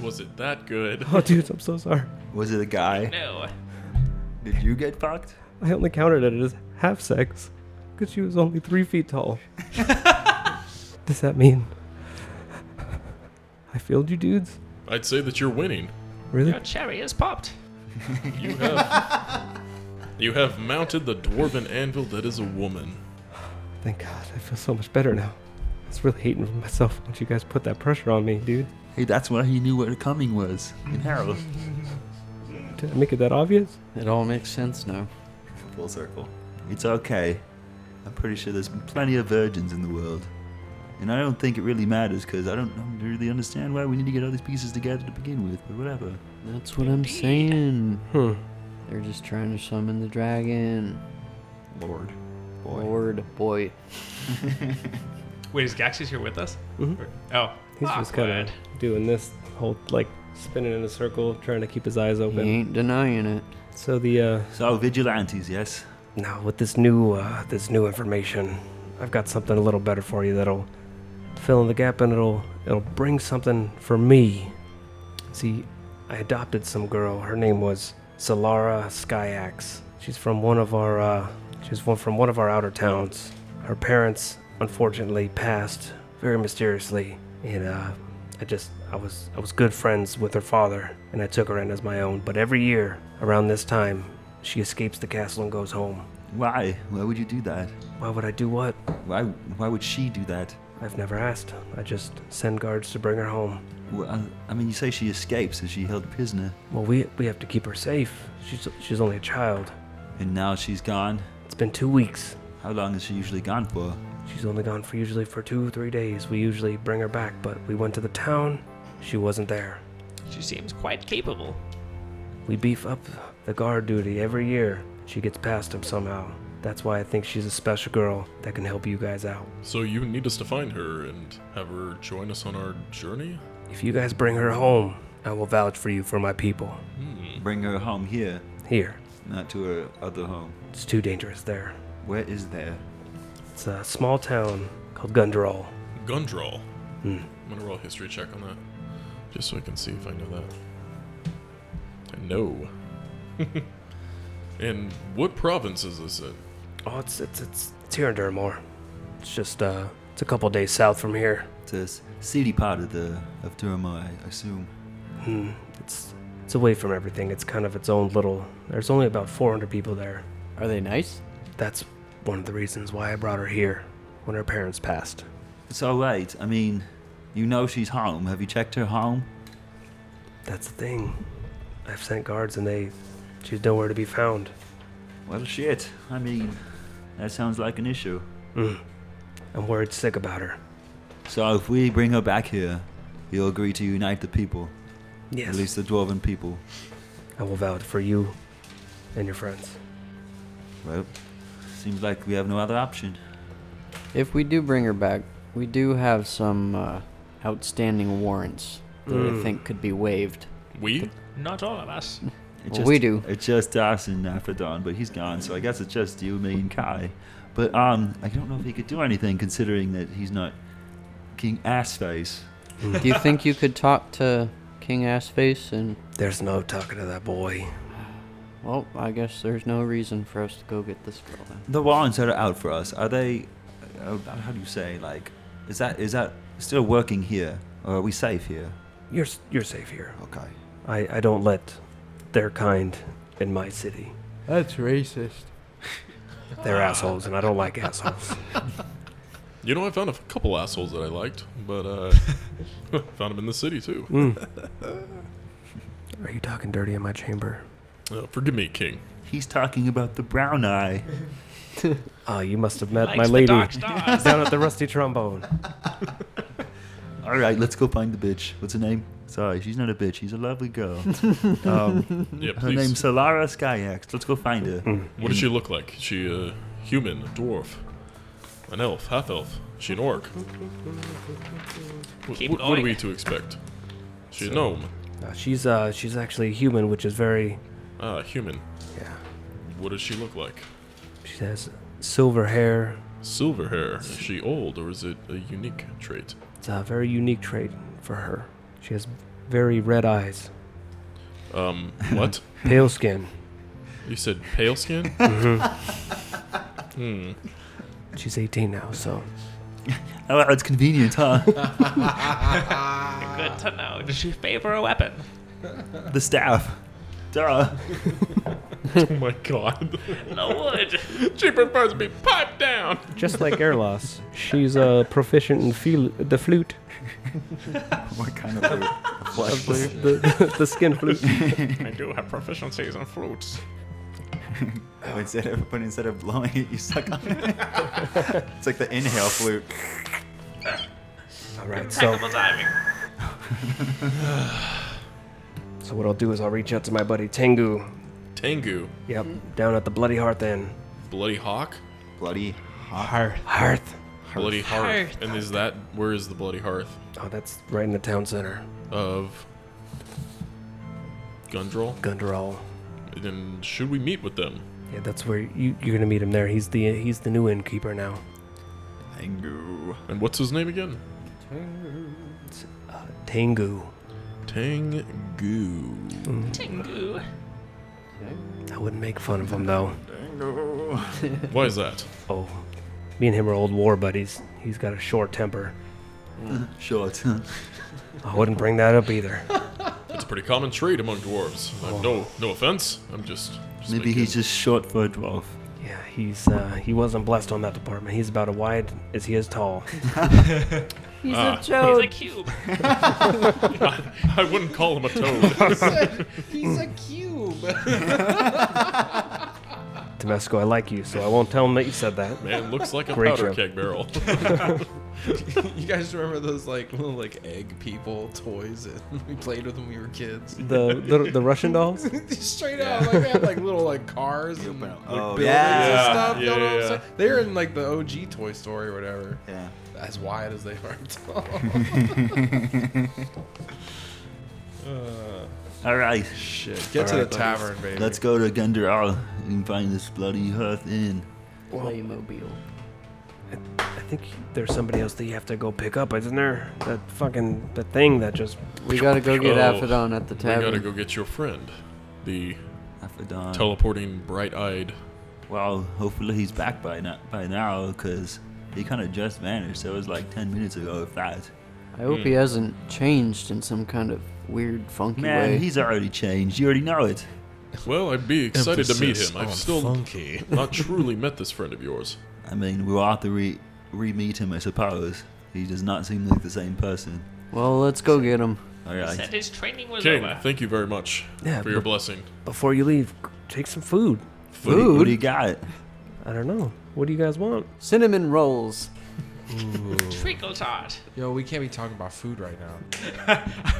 Was it that good? Oh, dude, I'm so sorry. Was it a guy? No. Did you get fucked? I only counted it as half sex because she was only three feet tall. Does that mean I failed you, dudes? I'd say that you're winning. Really? Your cherry is popped. You have <laughs> You have mounted the dwarven anvil that is a woman. Thank God. I feel so much better now. I was really hating myself once you guys put that pressure on me, dude. Hey, that's why he knew where the coming was in Harold. Did I make it that obvious? It all makes sense now. Full circle. It's okay. I'm pretty sure there's plenty of virgins in the world. And I don't think it really matters because I don't really understand why we need to get all these pieces together to begin with, but whatever. That's what I'm saying. Hmm. They're just trying to summon the dragon. Lord. Boy. Lord, <laughs> boy. Wait, is Gaxis here with us? Mhm. Oh, He's just kind awkward. of doing this whole like spinning in a circle, trying to keep his eyes He open. ain't denying it. So the uh, So, vigilantes, yes? now with this new uh, this new information, I've got something a little better for you that'll fill in the gap and it'll it'll bring something for me. See, I adopted some girl. Her name was Solara Skyax. She's from one of our uh, she's one from one of our outer towns. Her parents unfortunately passed very mysteriously, and uh, I just I was I was good friends with her father, and I took her in as my own. But every year around this time, she escapes the castle and goes home. Why? Why would you do that? Why would I do what? Why, why would she do that? I've never asked. I just send guards to bring her home. Well, I, I mean, you say she escapes, is she held prisoner? Well, we we have to keep her safe. She's she's only a child. And now she's gone? It's been two weeks. How long is she usually gone for? She's only gone for usually for two three days. We usually bring her back, but we went to the town. She wasn't there. <laughs> She seems quite capable. We beef up the guard duty every year. She gets past him somehow. That's why I think she's a special girl that can help you guys out. So you need us to find her and have her join us on our journey? If you guys bring her home, I will vouch for you for my people. Hmm. Bring her home here, Here. not to her other home. It's too dangerous there. Where is there? It's a small town called Hmm. Gundrall. Gundral. Hmm. I'm gonna roll a history check on that. Just so I can see if I know that. I know. and what province is this in? Oh, it's it's it's, it's here in Durmore. It's just uh it's a couple days south from here. It's a s- seedy part of the of Duramore, I assume. Hmm. It's it's away from everything. It's kind of its own little there's only about four hundred people there. Are they nice? That's one of the reasons why I brought her here when her parents passed. It's all right. I mean, you know she's home. Have you checked her home? That's the thing. I've sent guards and they. She's nowhere to be found. Well, shit. I mean, that sounds like an issue. Hmm, I'm worried sick about her. So if we bring her back here, you'll agree to unite the people, Yes. at least the dwarven people. I will vouch for you and your friends. Well, seems like we have no other option. If we do bring her back, we do have some uh, outstanding warrants that I think could be waived. We? Not all <laughs> of us. It's Well, we do. It's just us and Aphodon, but he's gone, so I guess it's just you, me, and Kai. But um, I don't know if he could do anything considering that he's not King Assface. do you think you could talk to King Assface? And There's no talking to that boy. well, I guess there's no reason for us to go get this girl. Then. <laughs> The warrants that are out for us are they? Uh, how do you say? Like, is that is that still working here, or are we safe here? You're s- you're safe here. Okay. <laughs> I I don't let their kind in my city. That's <laughs> racist. They're <laughs> assholes, and I don't like assholes. You know, I found a f- couple assholes that I liked, but uh, <laughs> found them in the city too. Mm. Are you talking dirty in my chamber? Oh, Uh, forgive me, <laughs> King. He's talking about the brown <laughs> eye. Ah, you must have met Likes my the lady dark <laughs> down stars. at the Rusty Trombone. All right, let's go find the bitch. What's her name? Sorry, she's not a bitch. She's a lovely girl. um, Yeah, her please. Mm. name's Solara Mm. Skyax. Let's go find her. What does she look like? Is she uh, human, dwarf? An elf, half elf. She an orc. What, Keep what, what are going. we to expect? She a gnome. Uh, she's uh, she's actually human, which is very. Ah, human. Yeah. What does she look like? She has silver hair. Silver hair. Is she old, or is it a unique trait? It's a very unique trait for her. She has very red eyes, Um, what? <laughs> pale skin. you said pale skin? Mm-hmm. Hmm. She's 18 now, so <laughs> Oh, wow, it's convenient, huh? <laughs> Good to know. Does she favor a <laughs> weapon? the staff. <laughs> Duh. oh my <laughs> god. No wood. she prefers to be piped down. just like <laughs> Erlos, <laughs> she's uh, proficient in feel- the flute, <laughs> What kind of loot? What? the, <laughs> the skin <laughs> flute. I do have proficiencies in fruits. Oh, instead of, but instead of blowing it, you suck on it. it's like the inhale flute. All right, so diving. so what I'll do is I'll reach out to my buddy Tengu. Tengu, Yep, down at the Bloody Hearth Inn. bloody hawk, Bloody hot. Hearth. bloody hearth. And is that where is the bloody hearth Oh, that's right in the town center. of Gundrel? Gundarol. Then should we meet <laughs> with them? Yeah, that's where you, you're gonna meet him there. He's the he's the new innkeeper now. Tengu. And what's his name again? Tengu. Mm-hmm. Tengu. <sighs> Tingu. I wouldn't make fun of him though. Why is that? Oh, me and him are old war buddies. He's got a short temper. <laughs> Short. I wouldn't bring that up either. It's a pretty common trait among dwarves. Oh. Uh, no, no offense. I'm just. just Maybe making- he's just short for a dwarf. Yeah, he's uh, he wasn't blessed on that department. He's about as wide as he is <laughs> <laughs> tall. He's Ah. a He's a toad. cube. <laughs> I wouldn't call him a toad. <laughs> Temesco, I like you, so I won't tell him that you said that. Man looks like a Great powder joke. <laughs> keg <laughs> barrel. <laughs> <laughs> You guys remember those like little like egg people toys that <laughs> we played with when we were kids? The the, the Russian <laughs> dolls. Straight up, like they had like little like cars and like Oh, buildings yeah. and stuff. you know what Yeah, I'm saying? They're in like the OG Toy Story or whatever. Yeah. As wide as they are <laughs> <laughs> tall. All right. Shit, get to the tavern, baby. Let's go to Gundaral and find this bloody hearth inn. Playmobile. I think there's somebody else that you have to go pick up, isn't there? That fucking the thing that just We gotta go get Oh, Aphodon at the we gotta tavern. go get your friend, the Aphodon. teleporting bright-eyed. Well, hopefully he's back by now, by now, because he kind of just vanished. So it was like 10 minutes ago, if that. I hope Hmm. he hasn't changed in some kind of weird, funky Man, way. he's already changed. You already know it. Well, I'd be excited to meet Emphasis him. I've on still funky. <laughs> not truly met this friend of yours. <laughs> I mean, we'll have to re- re-meet him, I suppose. He does not seem like the same person. well, let's go get him. All He right. said his training was King, over. thank you very much Yeah, for your but- blessing. before you leave, take some food. What do, you, what do you got? I don't know. What do you guys want? Cinnamon rolls. Treacle tart. Yo, we can't be talking about food right now.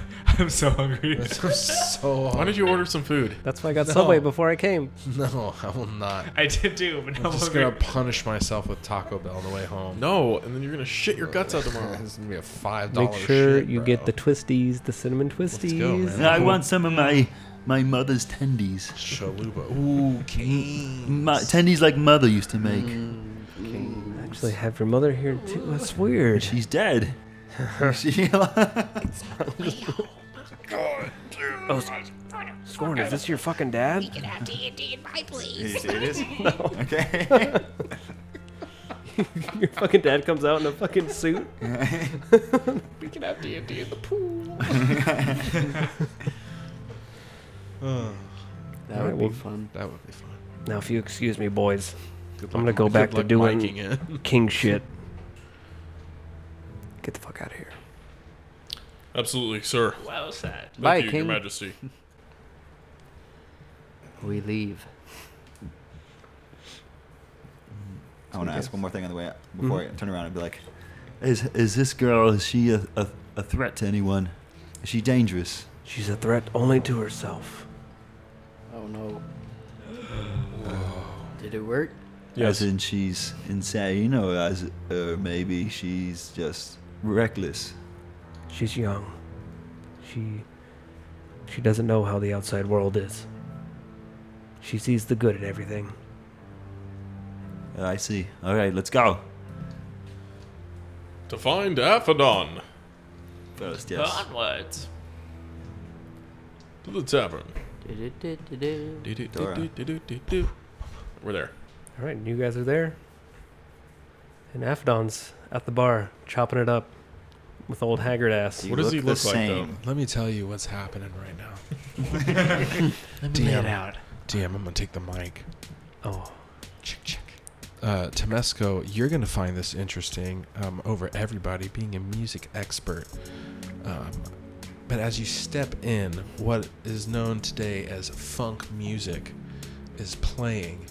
<laughs> I'm so hungry. I'm so Why did you order some food? That's why I got Subway before I came. <laughs> no, I will not. I did do, but now I'm I'm just hungry. gonna punish myself with Taco Bell on the way home. No, and then you're gonna shit your guts out tomorrow. <laughs> This is gonna be a five dollar. Make sure you get the twisties, the cinnamon twisties. go, man. I <laughs> want some of my my mother's tendies. <laughs> chalupa. Ooh, cane. My, tendies like mother used to make. Mm, Actually, have your mother here too. That's weird. She's <laughs> dead. she, <laughs> Oh, Scorn, is this your fucking dad? can have D&D in my place. Did you see <laughs> this? Okay. <laughs> <laughs> Your fucking dad comes out in a fucking <laughs> suit. We can have D&D in the pool. That would be fun. That would be fun. Now, if you excuse me, boys, Good I'm luck- gonna go good back to luck doing biking it. <laughs> king shit. Get the fuck out of here. Absolutely, sir. Well said. Thank Bye, you, Your King. Majesty. We leave. I want to ask one more thing on the way out before I turn around and be like, Mm-hmm. is is this girl? Is she a, a, a threat to anyone? Is she dangerous? She's a threat only to herself. Oh no. Did it work? As in she's insane, or as or maybe she's just reckless. She's young. She she doesn't know how the outside world is. She sees the good in everything. Uh, I see. All right, let's go. To find Aphodon. First, Onwards. To the tavern. Dora. We're there. All right, and you guys are there. And Aphdon's at the bar chopping it up with old haggard ass. What does he look like, though? Let me tell you what's happening right now. <laughs> Let me lay it out. DM, I'm gonna take the mic. Oh. Uh, Temesco, you're gonna find this interesting um, over everybody being a music expert. Um, but as you step in, what is known today as funk music is playing,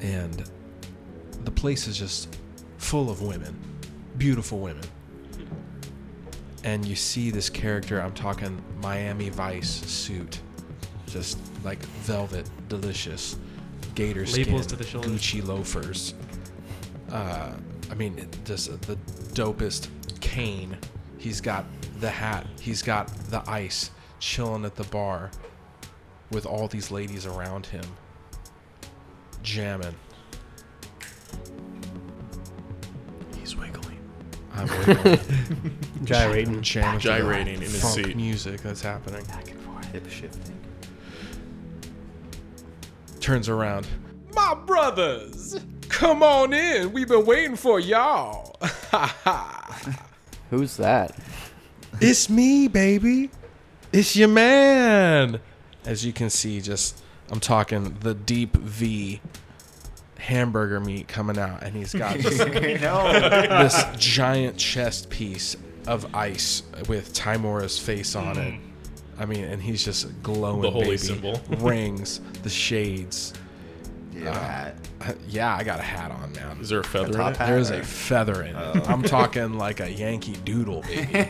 and the place is just full of women, beautiful women and you see this character i'm talking miami vice suit just like velvet delicious gator skin Labels to the shoulders. gucci loafers uh, i mean it- just the dopest cane he's got the hat he's got the ice chilling at the bar with all these ladies around him jamming He's wiggling. I'm <laughs> wiggling. Gyrating. Jamming to the Gyrating in his funk seat. music that's happening. Hip shifting. Turns around. My brothers, come on in. We've been waiting for y'all. Who's that? It's me, baby. It's your man. As you can see, just I'm talking the deep V hamburger meat coming out, and <laughs> he's got this, this giant chest piece of ice with Timora's face on Mm. it. I mean, and he's just glowing. The holy baby. symbol. <laughs> rings, the shades. Uh, Yeah, hat. Yeah, I got a hat on now. Is there a feather? in top it? hat? There is or- a feather in it. Oh. I'm talking like a Yankee Doodle, baby.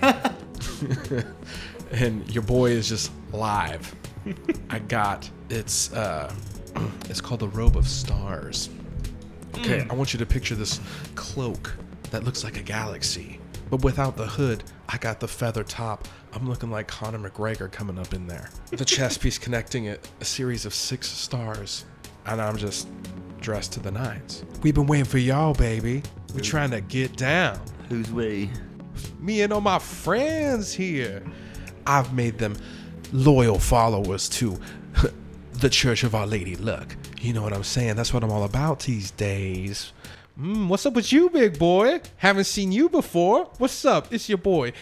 <laughs> and your boy is just live. I got it's uh, <clears throat> it's called the robe of stars. Okay, I want you to picture this cloak that looks like a galaxy, but without the hood. I got the feather top. I'm looking like Conor McGregor coming up in there. The chest piece connecting it, a series of six stars, and I'm just dressed to the nines. <laughs> We've been waiting for y'all, baby. We're trying to get down. Who's we? Me and all my friends here. I've made them loyal followers to <laughs> the Church of Our Lady Luck. You know what I'm saying? That's what I'm all about these days. Mm, what's up with you, big boy? Haven't seen you before. What's up? It's your boy,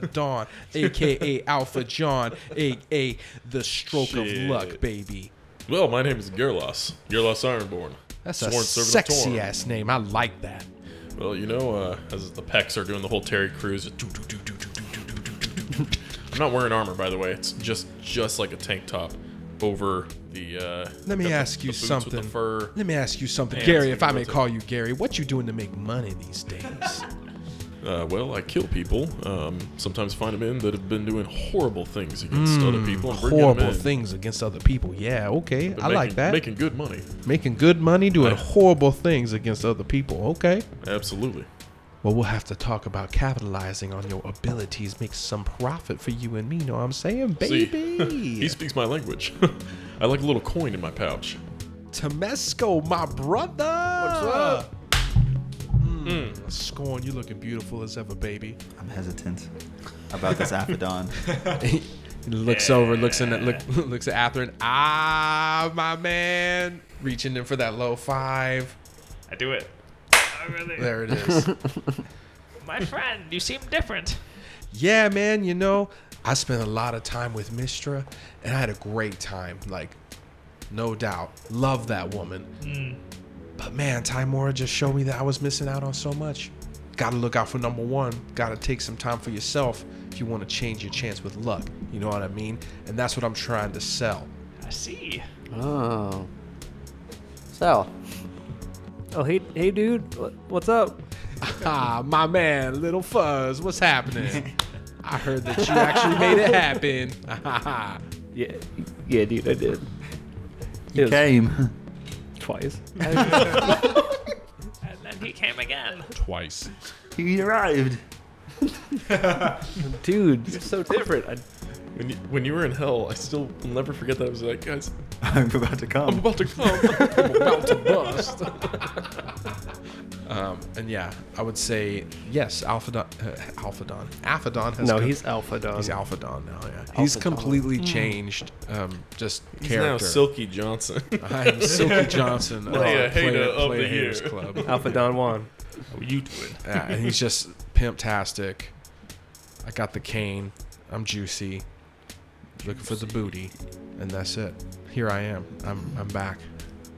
<laughs> Dawn, aka Alpha John, aka the Stroke Shit. of Luck, baby. Well, my name is Gerlos. Gerlos Ironborn. That's Sworn a servant of sexy Torm. ass name. I like that. Well, you know, uh, as the pecs are doing the whole Terry Crews. do, do, do, do, do, do, do, do, do, do. I'm not wearing armor, by the way. It's just just like a tank top over the. Uh, Let got me the- ask you the boots with something. The fur. Let me ask you something, pants Gary. that If I go may with it. call you Gary, what you doing to make money these days? Uh, well, I kill people. Um, sometimes find men that have been doing horrible things against other people. And bring 'em Mm, horrible in. things against other people. Yeah, okay, Been I like making- that. Making good money. Making good money, doing horrible things against other people. Okay. Absolutely. Well, we'll have to talk about capitalizing on your abilities, make some profit for you and me. Know what I'm saying, See, baby? <laughs> he speaks my language. <laughs> I like a little coin in my pouch. Temesco, my brother. What's up? Hmm. Scorn, you looking beautiful as ever, baby. I'm hesitant about <laughs> this Aphodon. He looks over, looks in at look, <laughs> looks at Atherin. Ah, my man, reaching in for that low five. I do it. I really- There it <laughs> is. <laughs> My friend, you seem different. yeah, man. You know, I spent a lot of time with Mistra, and I had a great time. Like, no doubt, love that woman. Hmm. But man, Timora just showed me that I was missing out on so much. Gotta look out for number one. Gotta take some time for yourself if you want to change your chance with luck. You know what I mean? And that's what I'm trying to sell. I see. Oh. So, Oh, hey, hey, dude, what, what's up? <laughs> Ah, my man, Little Fuzz, <laughs> what's happening? I heard that you actually made it happen. <laughs> <laughs> Yeah, yeah, dude, I did. It You was- came. <laughs> twice. And then he came again. Twice. He arrived. Dude, you're so different. when, you, when you were in hell, I still will never forget that. I was like, guys, <laughs> I'm about to come. I'm about to come. <laughs> I'm about to <laughs> bust. Um, and yeah, I would say yes. Alphadon, uh, Alphadon, Aphodon has. No, he's Alphadon. He's Alphadon now. Yeah, he's Alphadon. completely Mm. changed. Um, just He's character. now Silky Johnson. <laughs> I am Silky Johnson. of <laughs> Player the hater Player- of Player the year. Haters Club. Alpha Don Juan. What are you doing? Yeah, and he's just pimptastic. I got the cane. I'm juicy. Looking for the booty, and that's it. Here I am. I'm I'm back.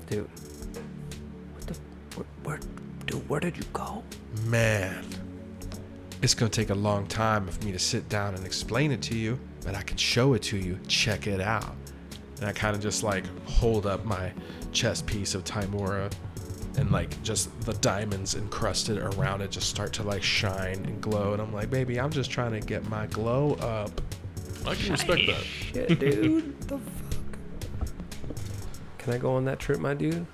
Dude, Where, where, dude, where did you go? Man, it's gonna take a long time for me to sit down and explain it to you, but I can show it to you. Check it out. And I kind of just like hold up my chest piece of Timora, and like just the diamonds encrusted around it just start to like shine and glow. And I'm like, baby, I'm just trying to get my glow up. I can respect that. Shit, dude. the fuck? Can I go on that trip, my dude?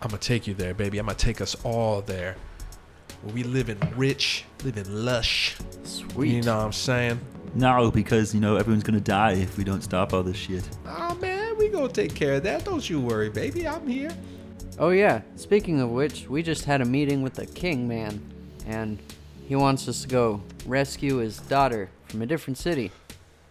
I'm gonna take you there, baby. I'm gonna take us all there. Where we living rich, living lush. Sweet. You know what I'm saying? No, because, you know, everyone's going to die if we don't stop all this shit. Oh man, we gonna take care of that. Don't you worry, baby. I'm here. Oh yeah. Speaking of which, we just had a meeting with the king man, and he wants us to go rescue his daughter from a different city.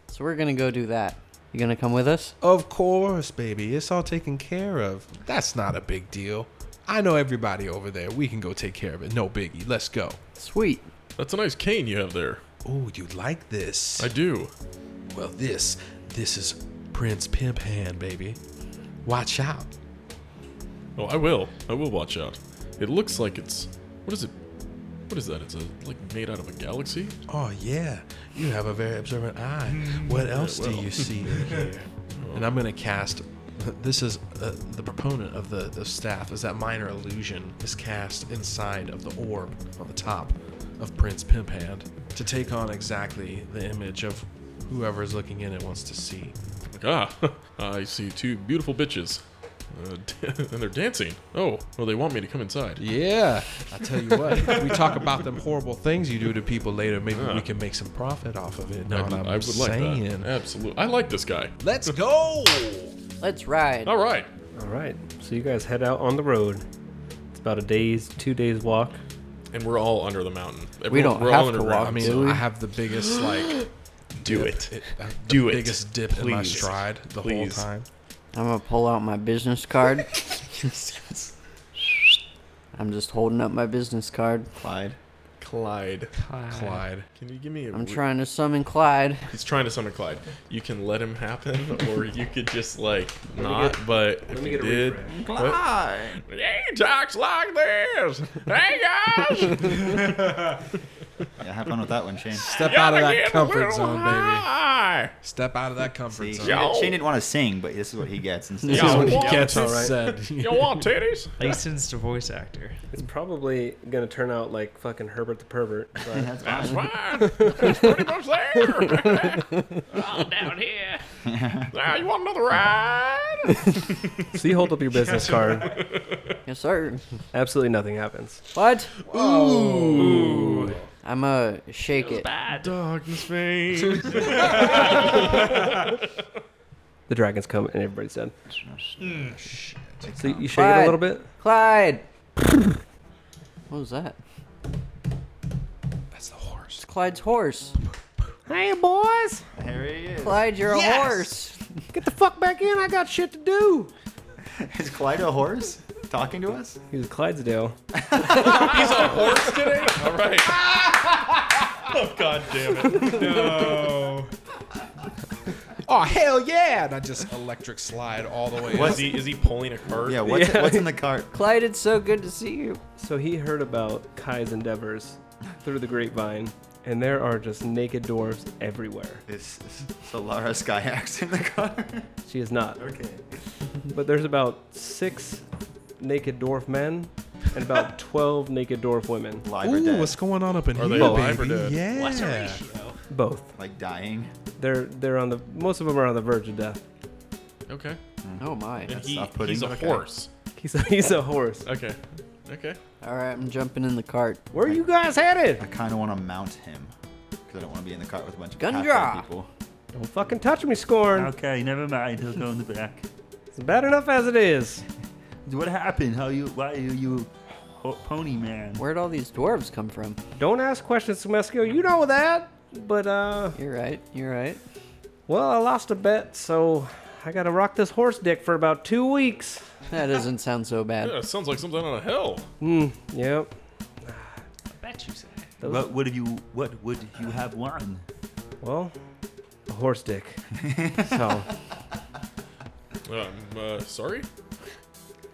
So we're gonna go do that. You gonna come with us? Of course, baby. It's all taken care of. That's not a big deal. I know everybody over there. We can go take care of it. No biggie. Let's go. Sweet. That's a nice cane you have there. Oh, you like this? I do. Well, this, this is Prince Pimp Hand, baby. Watch out. Oh, I will. I will watch out. It looks like it's. What is it? What is that? It's a, like made out of a galaxy. Oh yeah, you have a very observant eye. What else do well. you <laughs> see in here? And I'm gonna cast. This is uh, the proponent of the, the staff. Is that minor illusion is cast inside of the orb on the top of Prince Pimp Hand to take on exactly the image of whoever's looking in it wants to see. Like, ah, <laughs> I see two beautiful bitches, uh, <laughs> and they're dancing. Oh, well, they want me to come inside. Yeah, I tell you what, if we talk about them horrible things you do to people later. Maybe we can make some profit off of it. Know I'd- what I'm I would saying? like that. Absolutely, I like this guy. Let's go. Let's ride. All right. All right. So you guys head out on the road. It's about a day's, two days walk. And we're all under the mountain. We don't we're all have in a to round, walk, I mean, do we? I have the biggest like <gasps> Do dip- it. uh, Do the it. Biggest dip in my Please. stride the Please. whole time. I'm gonna pull out my business card. <laughs> I'm just holding up my business card. Clyde. Clyde. Clyde. Can you give me a? I'm re- trying to summon Clyde. He's trying to summon Clyde. You can let <laughs> him happen, or you could just <laughs> like not. but if you did, Clyde, he talks like this. Hey guys, <laughs> Yeah, have fun with that one, Shane. Step out of that comfort zone, baby. Step out of that comfort See, Shane, zone. didn't- Shane didn't want to sing, but this is what he gets instead. This is what he That's gets. all right. <laughs> <laughs> Said. <laughs> You want titties? Licensed voice actor. It's probably gonna turn out like fucking Herbert the pervert. But That's fine. Fine. It's pretty much there. All down here. now you want another ride? so you hold up your business card. <laughs> Yes, sir. Absolutely nothing happens. What? Ooh. I'm gonna shake it. Bad. Darkness <laughs> <laughs> fades. The dragons come and everybody's dead. Hmm. So you shake it a Clyde. little bit. Clyde. <laughs> what was that? That's the horse. It's Clyde's horse. Hey, boys! Here he is. Clyde, you're a <laughs> horse. Get the fuck back in. I got shit to do. Is Clyde a horse talking to us? He's a Clydesdale. He's a horse today. <laughs> All right. oh god damn it! Oh hell yeah! And I just electric slide all the way. up. Is he is he pulling a cart? Yeah, what's, <laughs> what's in the cart? Clyde, it's so good to see you. So he heard about Kai's endeavors through the grapevine, and there are just naked dwarves everywhere. Is is Solara <laughs> Skyhacks in the cart? She is not. Okay. But there's about six naked dwarf men and <laughs> about 12 naked dwarf women. Live or Ooh, dead? what's going on up in Are here, they alive or baby? dead? What's the Yeah. ratio? Both. Like dying? They're they're on the most of them are on the verge of death. Okay. Oh my. And he, off-putting, he's a but okay. horse. He's a, he's a horse. Okay. Okay. <laughs> All right, I'm jumping in the cart. Where are you guys headed? I kind of want to mount him because I don't want to be in the cart with a bunch of Gundra! halfway people. Don't fucking touch me, Scorn. Okay, never mind. He'll go in the back. <laughs> It's bad enough as it is. <laughs> What happened? How you? Why are you ho- pony man? Where'd all these dwarves come from? Don't ask questions, Sumesco. You know that. But uh, you're right. You're right. Well, I lost a bet, so I gotta rock this horse dick for about two weeks. That doesn't sound so <laughs> bad. Yeah, it sounds like something out of hell. Hmm. Yep. I bet you said. What would you? What would you have won? Well, a horse <laughs> dick. so, Um, uh, sorry.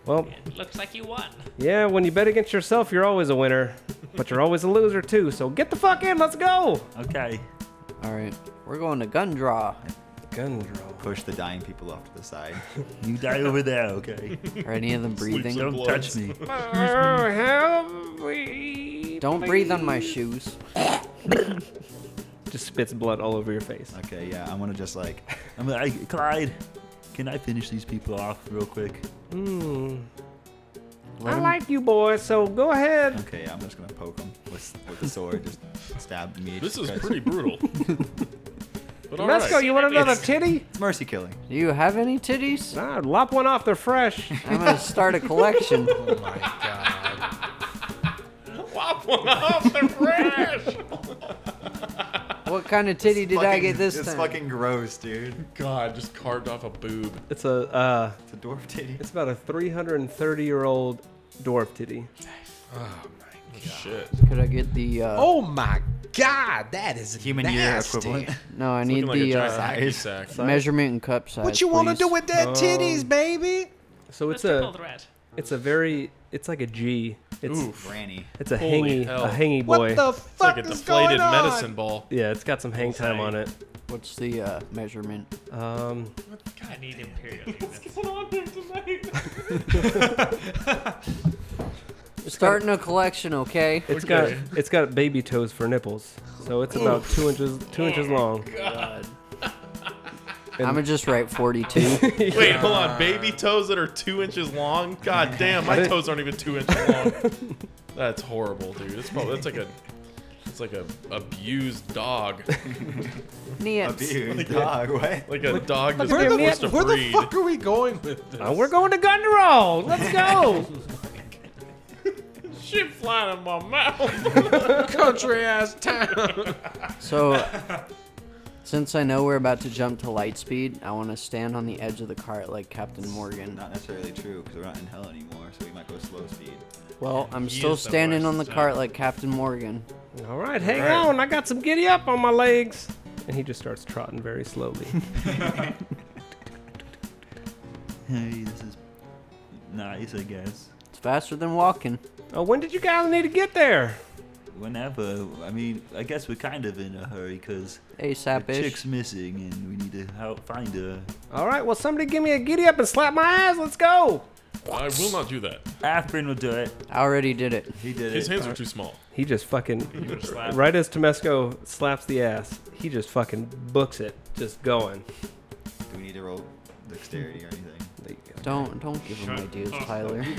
well, Looks like you won. yeah. When you bet against yourself, you're always a winner, but you're always a loser too. So get the fuck in. Let's go. Okay. All right, we're going to gun draw. Gun draw. Push the dying people off to the side. <laughs> You die over there, okay? Are any of them breathing? Don't touch me. Oh, help me! Don't breathe on my shoes. Just spits blood all over your face. Okay, yeah, I'm gonna just like I'm like, Clyde, can I finish these people off real quick? Hmm. Let I 'em- like you, boy. So go ahead. okay, I'm just gonna poke him with with the sword, just stab me. This is Guys, pretty <laughs> brutal. but all Let's go. right. You want another titty? It's mercy killing. Do you have any titties? Nah, lop one off. They're fresh. <laughs> I'm gonna start a collection. Oh my god. Wop one off the rash. What kind of titty did I Fucking- get this it's time? fucking gross, dude. God, just carved off a boob. It's a uh, It's a dwarf titty. it's about a 330 year old dwarf titty. Shit. Could I get the? Uh, Oh my god, that is Human nasty. year equivalent. no, I need Looking the like a uh, giant hacky sack. measurement and cup size. What you want to please. do with that titties, baby? So it's Let's pull a the rat. it's a very it's like a G. It's Granny. it's a Holy hangy hell. a hangy What boy. the It's like fuck a is going deflated on? medicine ball. yeah, it's got some hang time on it. What's the uh, measurement? Um, God, I need imperial. units. <laughs> Starting a collection, okay? it's got it's got baby toes for nipples. So it's about two inches two inches long. Uh, I'm gonna just <laughs> write 42. Wait, hold on. Baby toes that are two inches long? <laughs> God damn, my toes aren't even two inches <laughs> long. That's horrible, dude. It's probably that's like a it's like a abused <laughs> dog. Nips. Dude, dog, what? Like a dog that's Where, the, forced to where the breed. fuck are we going with this? Uh, we're going to Gundroll. Let's go. Shit flying in my mouth. <laughs> country ass town. <laughs> So, since I know we're about to jump to light speed, I want to stand on the edge of the cart like Captain Morgan. Not necessarily true because we're not in hell anymore, so we might go slow speed. Well, I'm He still is the standing worst, on the so- cart like Captain Morgan. All right, hang on. I got some giddy up on my legs. And he just starts trotting very <laughs> slowly. Hey, this is nice, I guess. It's faster than walking. oh, when did you guys need to get there? Whenever, I mean, I guess we're kind of in a hurry because ASAP chick's ish. missing and we need to help find her. All right, well, somebody give me a giddy up and slap my ass. Let's go. <laughs> I will not do that. Afrin will do it. I already did it. He did His it. hands are too small. He just fucking Slap. right as Tomesco slaps the ass, he just fucking books it, just going. Do we need to roll dexterity or anything? Don't don't give him ideas, Oh. Tyler. Did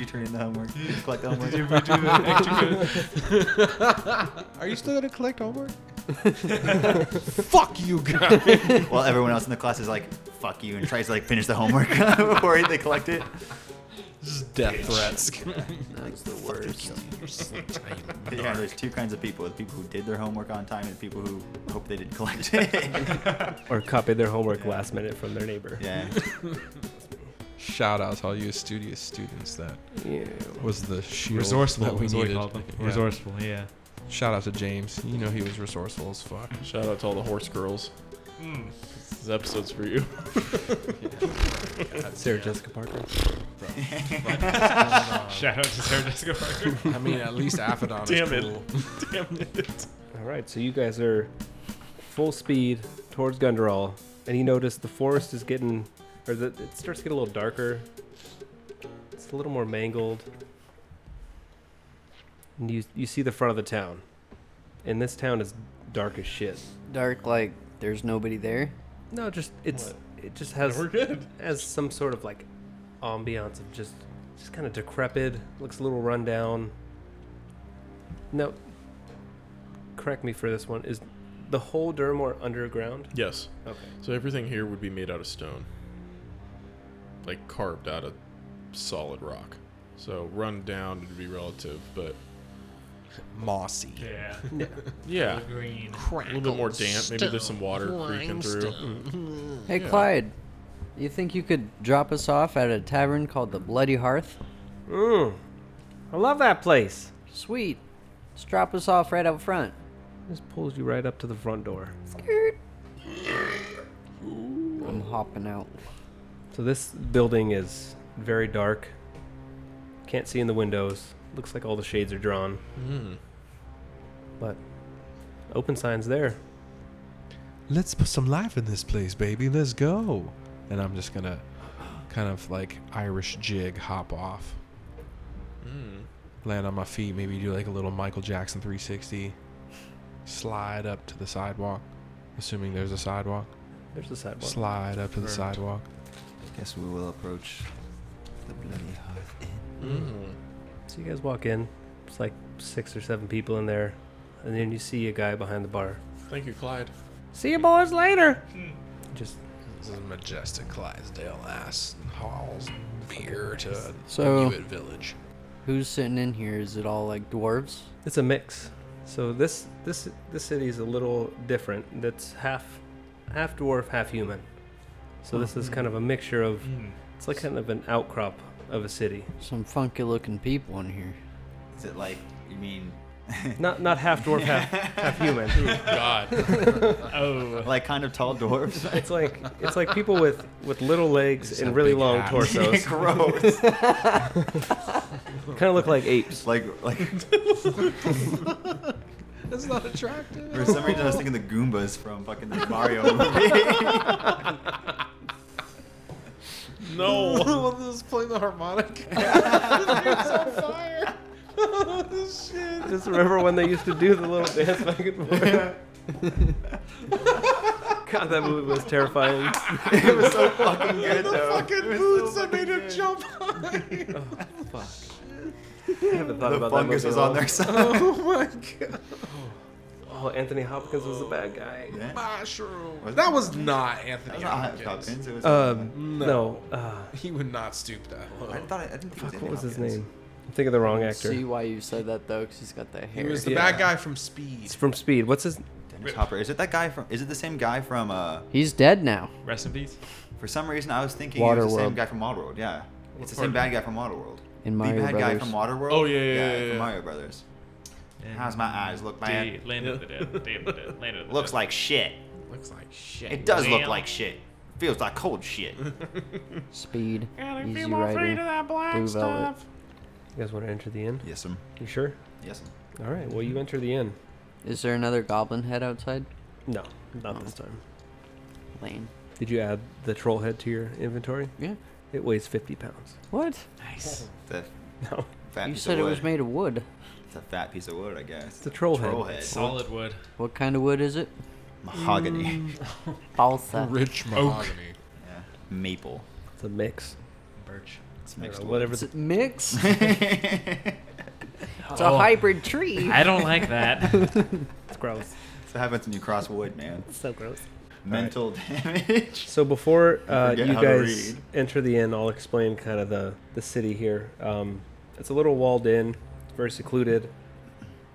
you turn in the <laughs> homework? Did you collect the homework? <laughs> <laughs> Are you still gonna collect homework? <laughs> fuck you guys. While everyone else in the class is like, "Fuck you," and tries to like finish the homework <laughs> before they collect it. Just death <laughs> threats. That's the worst. <laughs> Yeah, there's two kinds of people: the people who did their homework on time and the people who hope they <laughs> didn't collect it. Or copied their homework last minute from <laughs> their neighbor. yeah. Shout out to all you studious students that was the shield Resourceful. that we That's what we needed. called them. Yeah. Resourceful. Yeah. Shout <laughs> out to James. You know he was resourceful as fuck. Shout out to all the horse girls. Hmm. This episode's for <laughs> you. Sarah Jessica Parker. Shout out to Sarah Jessica Parker. I mean, at least Aphodon is Damn it. cool. <laughs> Damn it. All right, so you guys are full speed towards Gundaral, and you notice the forest is getting, or the, it starts to get a little darker. It's a little more mangled. And you, you see the front of the town. And this town is dark as shit. Dark like there's nobody there. No, just it's it just has We're good. has some sort of like ambiance of just Just kind of decrepit. Looks a little rundown. No. Correct me for this one. Is the whole Durmore underground? Yes. Okay. So everything here would be made out of stone, like carved out of solid rock. So run down would be relative, but mossy. Yeah. yeah. Green. A little bit more damp. Maybe there's some water creeping through. Hey, Yeah. Clyde, you think you could drop us off at a tavern called the Bloody Hearth? Mmm. I love that place. Sweet. Just drop us off right out front. Just pulls you right up to the front door. I'm hopping out. So this building is very dark. Can't see in the windows. Looks like all the shades are drawn. Mm. But open signs there. Let's put some life in this place, baby. Let's go. And I'm just gonna kind of like Irish jig hop off, <laughs> Mm. land on my feet, maybe do like a little Michael Jackson 360, slide up to the sidewalk, assuming there's a sidewalk. There's the sidewalk. Slide up to the Confirmed. sidewalk. Guess we will approach the bloody hearth inn. Mm. So you guys walk in. It's like six or seven people in there. And then you see a guy behind the bar. Thank you, Clyde. See you boys later. Just This is majestic Clydesdale ass hauls beer uh, to So- Hewitt Village. Who's sitting in here? Is it all like dwarves? it's a mix. So this this this city is a little different. That's half half dwarf, half human. So this is kind of a mixture of Mm. it's like kind of an outcrop of a city. Some funky looking people in here. Is it like, you mean, <laughs> <laughs> Not not half dwarf, half half human. <laughs> God. Oh. like kind of tall dwarves? It's like it's like people with with little legs and really big long abs. torsos. <laughs> <laughs> Gross. kind of look like apes. like, <laughs> like, That's not attractive. for some reason I was thinking the Goombas from fucking the Mario <laughs> movie. <laughs> The one that was playing the <laughs> harmonica. <laughs> <laughs> Oh, Just remember when they used to do the little dance back and forth. <laughs> God, <laughs> that movie was <laughs> terrifying. it was so <laughs> fucking good, though. boots I made him jump <laughs> Oh, I haven't thought the about fungus that movie at was all. <laughs> on their <laughs> side. Oh my god. Oh, Anthony Hopkins was the bad guy. Yeah. Mushroom. That was not Anthony That's not Hopkins. Hopkins. It was Um, no. Uh, He would not stoop that low. I thought I, I didn't think fuck, it what was his Hopkins. name? I'm thinking of the wrong See actor. why you said that though, because he's got that He hair. was the Yeah. bad guy from Speed. It's from Speed. What's his? Dennis Hopper. Is it that guy from? Is it the same guy from? Uh, He's dead now. Rest in peace. for some reason, I was thinking it was the same Waterworld. guy from Waterworld. Yeah, it's the same bad guy from Waterworld. In the Mario bad guy Brothers. from Waterworld. Oh, yeah, yeah, yeah, yeah, from yeah. Mario Brothers. How's my eyes look bad? Day, land of the dead. Day of the dead. Land of the Looks dead. like shit. Looks like shit. It does look Damn. like shit. Feels like cold shit. <laughs> Speed. Gotta Easy feel my Rider. feet to that black Blue Velvet. stuff. You guys want to enter the inn? yes, um, You sure? yes, um. All right. Well, you enter the inn. Is there another goblin head outside? Oh. No, not this time. Lane. Did you add the troll head to your inventory? Yeah. It weighs 50 pounds. What? Nice. That <laughs> <laughs> No. fat you piece said of it wood. was made of wood. It's a fat piece of wood, I guess. It's a troll, Troll head. head. Solid wood. What kind of wood is it? Mahogany. Mm. <laughs> Balsa. Rich mahogany. Yeah. Maple. It's a mix. Birch. It's I don't mixed know, wood. whatever. Is The, it <laughs> mix? It's Oh. a hybrid tree. I don't like that. it's gross. That's what happens when you cross wood, man. so gross. Mental damage. <laughs> So before uh, forget you how to guys read. enter the inn, I'll explain kind of the the city here. Um, it's a little walled in, very secluded.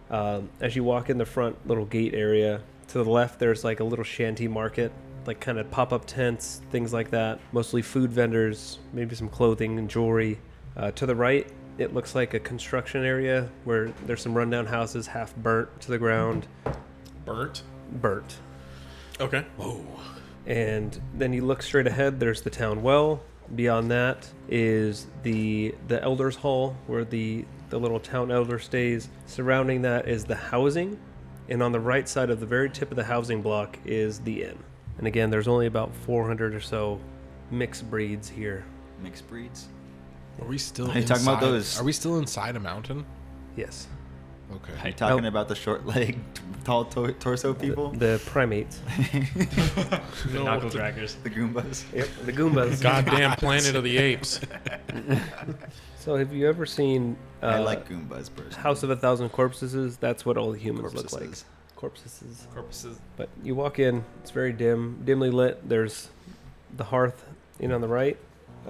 Um, as you walk in the front little gate area, to the left there's like a little shanty market, like kind of pop up tents, things like that. Mostly food vendors, maybe some clothing and jewelry. Uh, to the right, it looks like a construction area where there's some rundown houses, half burnt to the ground, Burnt. burnt. Okay. And then you look straight ahead, there's the town well. Beyond that is the the elders hall where the the little town elder stays. Surrounding that is the housing, and on the right side of the very tip of the housing block is the inn. And again, there's only about 400 or so mixed breeds here. Mixed breeds. Are we still? Are you talking about inside- those- Are we still inside a mountain? Yes. Okay. You're talking about the short leg, tall tor- torso people? The <laughs> primates. The No. knuckle draggers. The Goombas. Yep, the Goombas. Goddamn Planet of the Apes. <laughs> So, have you ever seen? Uh, I like Goombas personally. House of a Thousand Corpses. That's what all the humans look like. Corpses. Corpses. Corpses. But you walk in. It's very dim, dimly lit. There's the hearth in on the right.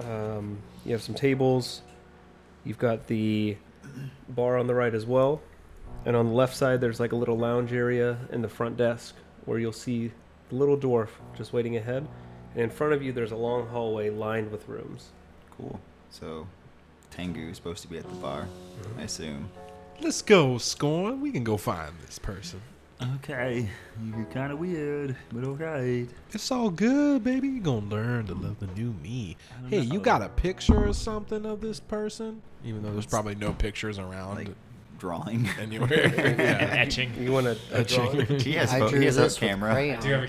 Um, you have some tables. You've got the bar on the right as well. And on the left side, there's like a little lounge area and the front desk where you'll see the little dwarf just waiting ahead. And in front of you, there's a long hallway lined with rooms. Cool. So, Tengu is supposed to be at the bar, Mm-hmm. I assume. Let's go, Scorn. We can go find this person. Okay, you're kind of weird, but alright. It's all good, baby. You're going to learn to love the new me. don't Hey, you know. got a picture or something of this person? Even though there's probably no pictures around Like, drawing. <laughs> anywhere. <laughs> Yeah. <laughs> Etching. You want to A chick- he has, I fo- drew he has a this with camera. I do have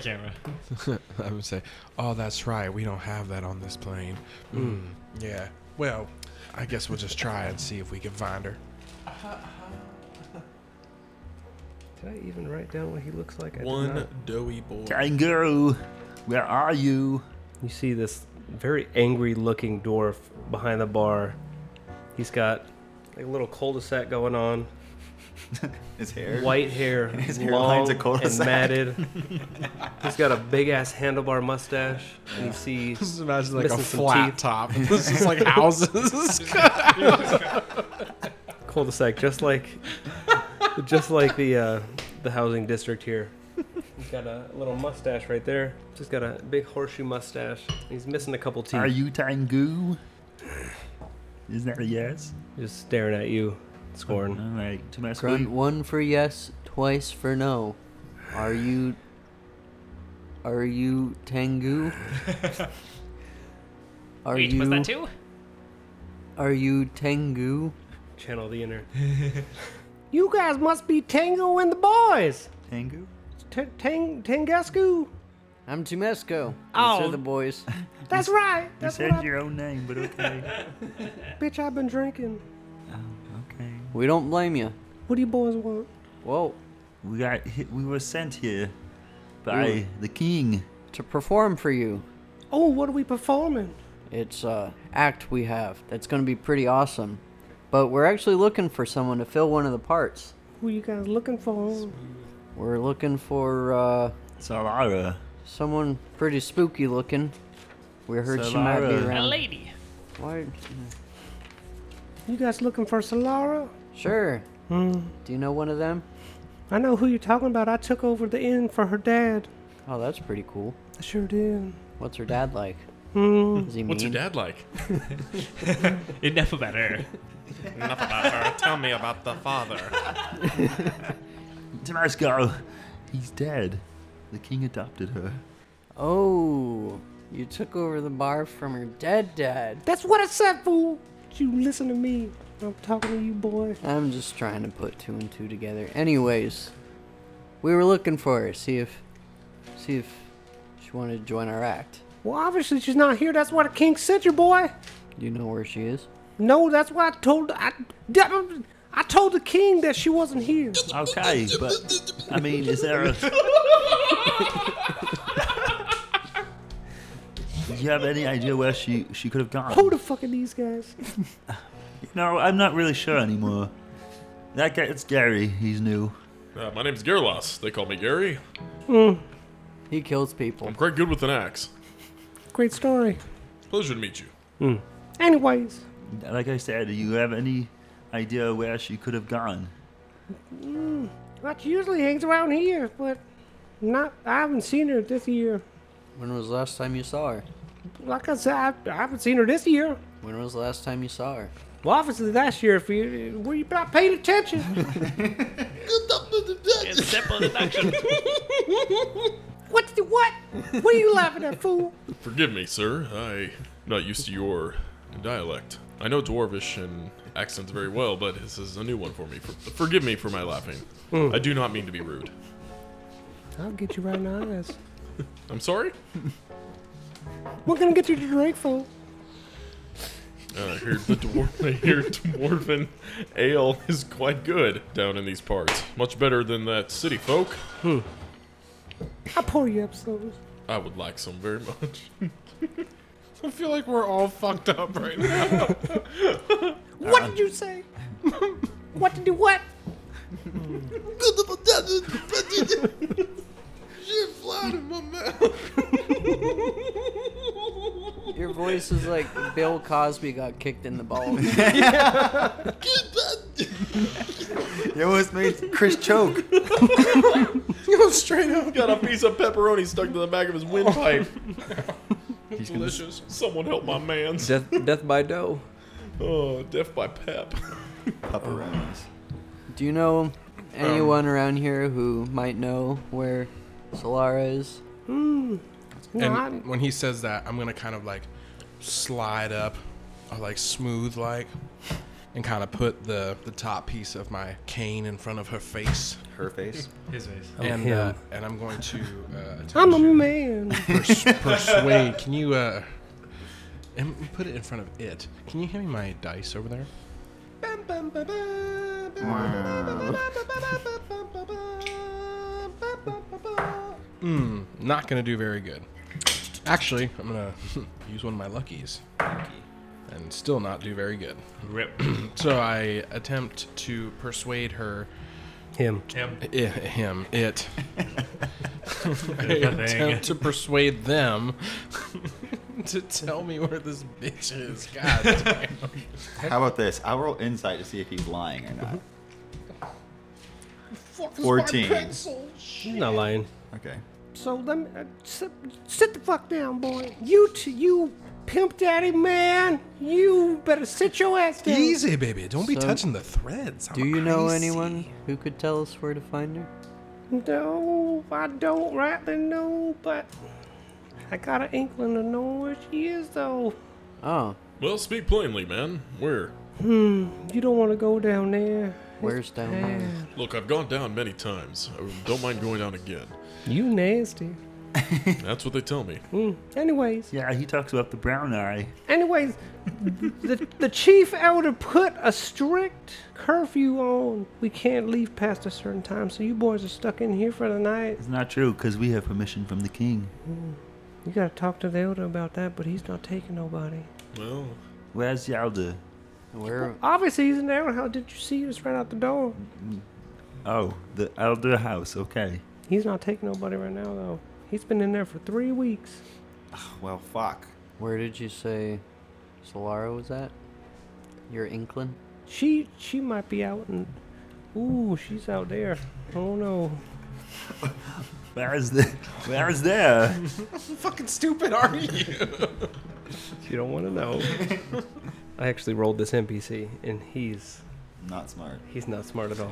crayon. a camera. <laughs> I would say, oh, that's right. We don't have that on this plane. Hmm. Mm, yeah. Well, I guess we'll just try and see if we can find her. Did I even write down what he looks like? I did One not. doughy boy. Kangaroo, where are you? You see this very angry looking dwarf behind the bar. He's got like a little cul-de-sac going on, <laughs> His hair. white hair, <laughs> His long hairline's a and cul-de-sac. matted. <laughs> He's got a big ass handlebar mustache, and you see Just imagine like a Missing some flat teeth. <laughs> top. This is like houses. <laughs> cul-de-sac just like just like the uh, the housing district here. He's got a little mustache right there. Just got a big horseshoe mustache. He's missing a couple teeth. Are you Tengu? Isn't that a yes? Just staring at you, scorn. Alright, to my Grunt sweet. one for yes, twice for no. Are you. Are you <laughs> Tengu? Are Wait, you. was that two? Are you Tengu? Channel the <laughs> inner. You guys must be Tango and the boys. Tengu? T- tang- Tangasku. I'm Tumesco. These Oh. are the boys. That's right. <laughs> You That's what said I, your own name, but okay. bitch, I've been drinking. okay. We don't blame you. What do you boys want? Whoa. We got hit, we were sent here by the king. To perform for you. Oh, what are we performing? It's a act we have that's going to be pretty awesome. But we're actually looking for someone to fill one of the parts. Who you guys looking for? We're looking for uh, Salara. someone pretty spooky looking. We heard she might be Solara. A around. lady. Why? You guys looking for Solara? Hmm. Sure. Do you know one of them? I know who you're talking about. I took over the inn for her dad. Oh, that's pretty cool. I sure did. What's her dad like? Mm. Is he mean? Hmm. What's your dad <laughs> like? <laughs> <laughs> Enough about her. Enough about her. Tell me about the father. Damasco, he's dead. The king adopted her. Oh, you took over the bar from her dead dad. That's what I said, fool. You listen to me. I'm talking to you, boy. I'm just trying to put two and two together. Anyways, we were looking for her. See if, see if she wanted to join our act. Well, obviously she's not here. That's why the king sent you, boy. Do you know where she is? No, that's why I told I. I told the king that she wasn't here. Okay, but I mean, is there a? Do you have any idea where she she could have Who gone? the fuck are these guys? <laughs> No, I'm not really sure anymore. That guy, it's Gary. He's new. Uh, my name's Gerlos. They call me Gary. He kills people. I'm quite good with an axe. Great story. Pleasure to meet you. Anyways, Like I said, do you have any idea where she could have gone? mm, that usually hangs around here, but not. I haven't seen her this year. When was the last time you saw her? Like I said, I, I haven't seen her this year. When was the last time you saw her? Well, obviously last year, if you were you not paying <laughs> attention. It's simple <laughs> deduction. what? The, what? What are you laughing at, fool? Forgive me, sir. I'm not used to your dialect. I know Dwarvish and accents very well, but this is a new one for me. For- forgive me for my laughing. I do not mean to be rude. I'll get you right in the eyes. I'm sorry? We're gonna get you to drink, fool. Uh, here, the dwarf, <laughs> I hear dwarven ale is quite good down in these parts. Much better than that city folk. Hmm. I pour you up some. I would like some very <laughs> much. <laughs> I feel like we're all fucked up right <laughs> now. What did you say? <laughs> what did you what? <laughs> Shit flying in my mouth. <laughs> Your voice is like Bill Cosby got kicked in <laughs> the balls. <laughs> You almost made Chris choke. <laughs> Go straight up. Got a piece of pepperoni stuck to the back of his windpipe. He's gonna- Delicious. Someone help my man's. Death, death by dough. Oh, death by pep. Pepperonis. Do you know anyone around here who might know where Solara is? Mm, No, and I'm- when he says that, I'm gonna kind of like slide up, or like smooth like, and kind of put the the top piece of my cane in front of her face. Her face. <laughs> His face. Oh, and him. uh, and I'm going to uh, attempt I'm a to man. <laughs> pers- <laughs> persuade. Can you uh, and put it in front of it? Can you hand me my dice over there? Hmm, not gonna do very good. Actually, I'm gonna <laughs> use one of my luckies. And still not do very good. Rip. <clears throat> So I attempt to persuade her, Him. Him. i- him, <laughs> it. I Good thing. attempt to persuade them <laughs> to tell me where this bitch is. God <laughs> damn. How about this? I'll roll insight to see if he's lying or not. Mm-hmm. Fuck is 14. My pencil? He's not lying. Okay. So let me uh, sit, sit the fuck down, boy. You t- you pimp daddy man. You better sit your ass down. Easy, baby. Don't be So- touching the threads. Do you know anyone who could tell us where to find her? No, I don't rightly know, but I got an inkling to know where she is, though. Oh, Well, speak plainly, man. Where? Hmm, You don't want to go down there. where's down there? Look, I've gone down many times. I don't mind going <laughs> down again. You nasty. That's what they tell me. Mm. Anyways, Yeah, he talks about the brown eye. anyways, the the chief elder put a strict curfew on. We can't leave past a certain time, so you boys are stuck in here for the night. It's not true because we have permission from the king. You gotta talk to the elder about that, but he's not taking nobody. Well, Where's Yalda? Where? Obviously, he's in there. How did you see us right out the door? Oh, the elder house. Okay. He's not taking nobody right now, though. He's been in there for three weeks. Well, fuck. Where did you say Solara was at? Your inkling? She she might be out and ooh, she's out there. Oh no. Where's the? Where's there? <laughs> Fucking stupid are you? You don't want to know. <laughs> I actually rolled this NPC, and he's Not smart. he's not smart <laughs> at all.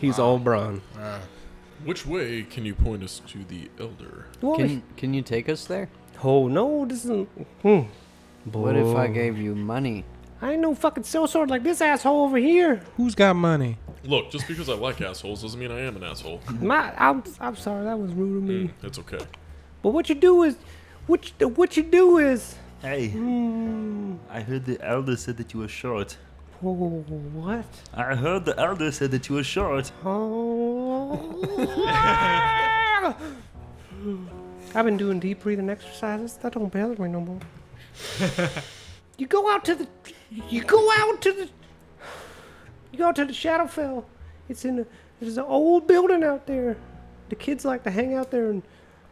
He's all brawn. Uh, which way can you point us to the elder? Well, Can can you take us there? oh no, this isn't. Hmm. What if I Boy. gave you money? I ain't no fucking sword like this asshole over here. Who's got money? Look, just because I like assholes doesn't mean I am an asshole. My, I'm I'm sorry, that was rude of me. It's okay. But what you do is, what you, what you do is, Hey, mm, I heard the elder said that you were short. oh, what? I heard the elder said that you were short. Oh. <laughs> I've been doing deep breathing exercises. That don't bother me no more. you go out to the, you go out to the, you go out to the Shadowfell. It's in a, there's an old building out there. The kids like to hang out there and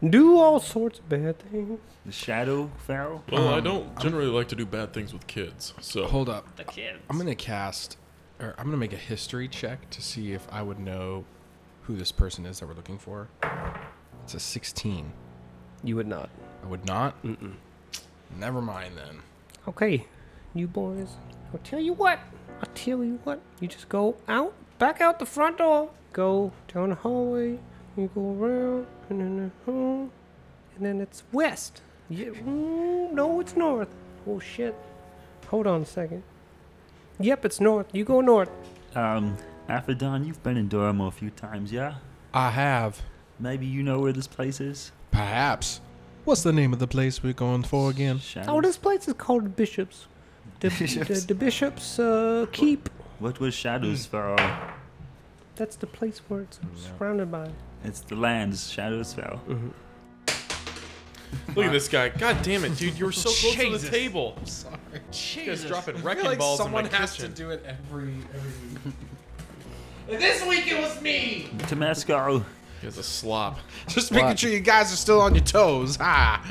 do all sorts of bad things. The shadow fell. Well, I don't generally like to do bad things with kids, so Um, Hold up. The kids. I'm gonna cast, or I'm gonna make a history check to see if I would know who this person is that we're looking for. It's a 16. You would not. I would not. Mm-mm. Never mind then. Okay, you boys. I'll tell you what. I'll tell you what. You just go out, back out the front door, go down the hallway, you go around, and then uh, hmm, and then it's west. Yeah, mm, no, it's north. Oh shit. Hold on a second. Yep, it's north. You go north. Um, Aphodon, you've been in Dormo a few times, yeah? I have. Maybe you know where this place is. Perhaps. What's the name of the place we're going for again? Shadow. Oh, this place is called Bishop's. The, the, the bishop's uh, keep. What was Hmm. Shadows Fall? That's the place where it's surrounded by. Mm-hmm. It's the lands Shadows Fall. Look at this guy. God damn it, dude. You were so close to Jesus. the table. I'm sorry. Jesus. dropping I feel wrecking like balls in my someone has kitchen. to do it every every <laughs> week. This week it was me. Tabasco. Here's a slop. Just making sure you guys are still on your toes. Ha!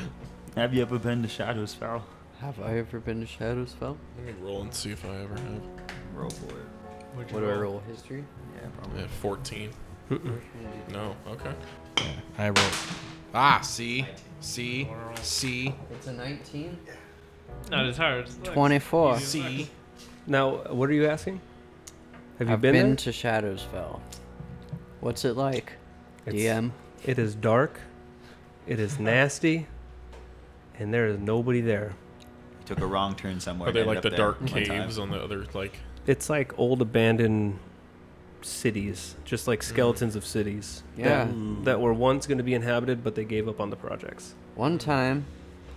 Have you ever been to Shadows Fall? Have I ever been to Shadowsfell? Let me roll and see if I ever have. Roll for it. What'd you What do I roll? roll? History? Yeah, probably. Yeah, 14. No, okay. I roll. Ah, see, see, see. It's a 19. Not as hard. Look. 24. See? Now, what are you asking? Have you I've been, been, there? to Shadowsfell. What's it like? It's- DM. It is dark. It is nasty. And there is nobody there. You took a wrong turn somewhere. Are they and like the ended up dark there one time. caves on the other, like, It's like old abandoned cities, just Hmm. like skeletons of cities. Yeah. That, that were once going to be inhabited, but they gave up on the projects. One time,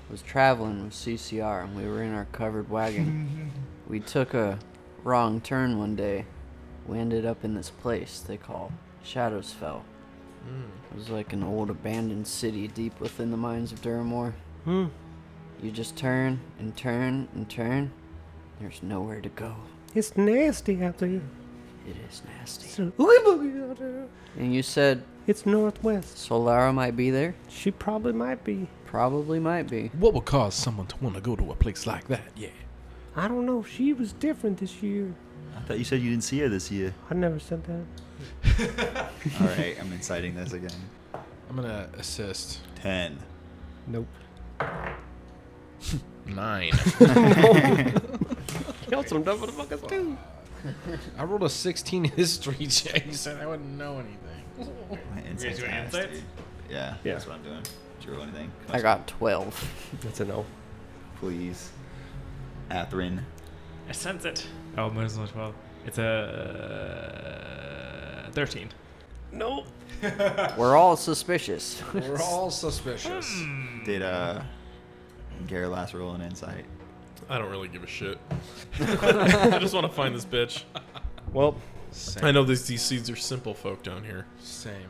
I was traveling with CCR and we were in our covered wagon. we took a wrong turn one day. We ended up in this place they call Shadowsfell. Mm. It was like an old abandoned city deep within the mines of Duramore. Hmm. You just turn and turn and turn. There's nowhere to go. It's nasty out there. It is nasty. It's a oogie boogie out there. And you said It's northwest. Solara might be there? She probably might be. Probably might be. What would cause someone to want to go to a place like that? Yeah. I don't know. She was different this year. I thought you said you didn't see her this year. I never said that. <laughs> All right, I'm inciting this again. I'm gonna assist. Ten. Nope. <laughs> <laughs> Nine. <laughs> Killed some dumb motherfuckers too. I rolled a 16 history <laughs> check. You said I wouldn't know anything. My insight's doing ass, insights? dude. Yeah, Yeah. that's what I'm doing. Did you roll anything? I got 12. That's a no. Please. Atherin. I sense it. Oh, minus one twelve. It's a uh, thirteen. Nope. We're all suspicious. We're all suspicious. Hmm. Did uh Garrelass roll an insight? I don't really give a shit. I just want to find this bitch. Well, Same. I know these, these seeds are simple folk down here. Same.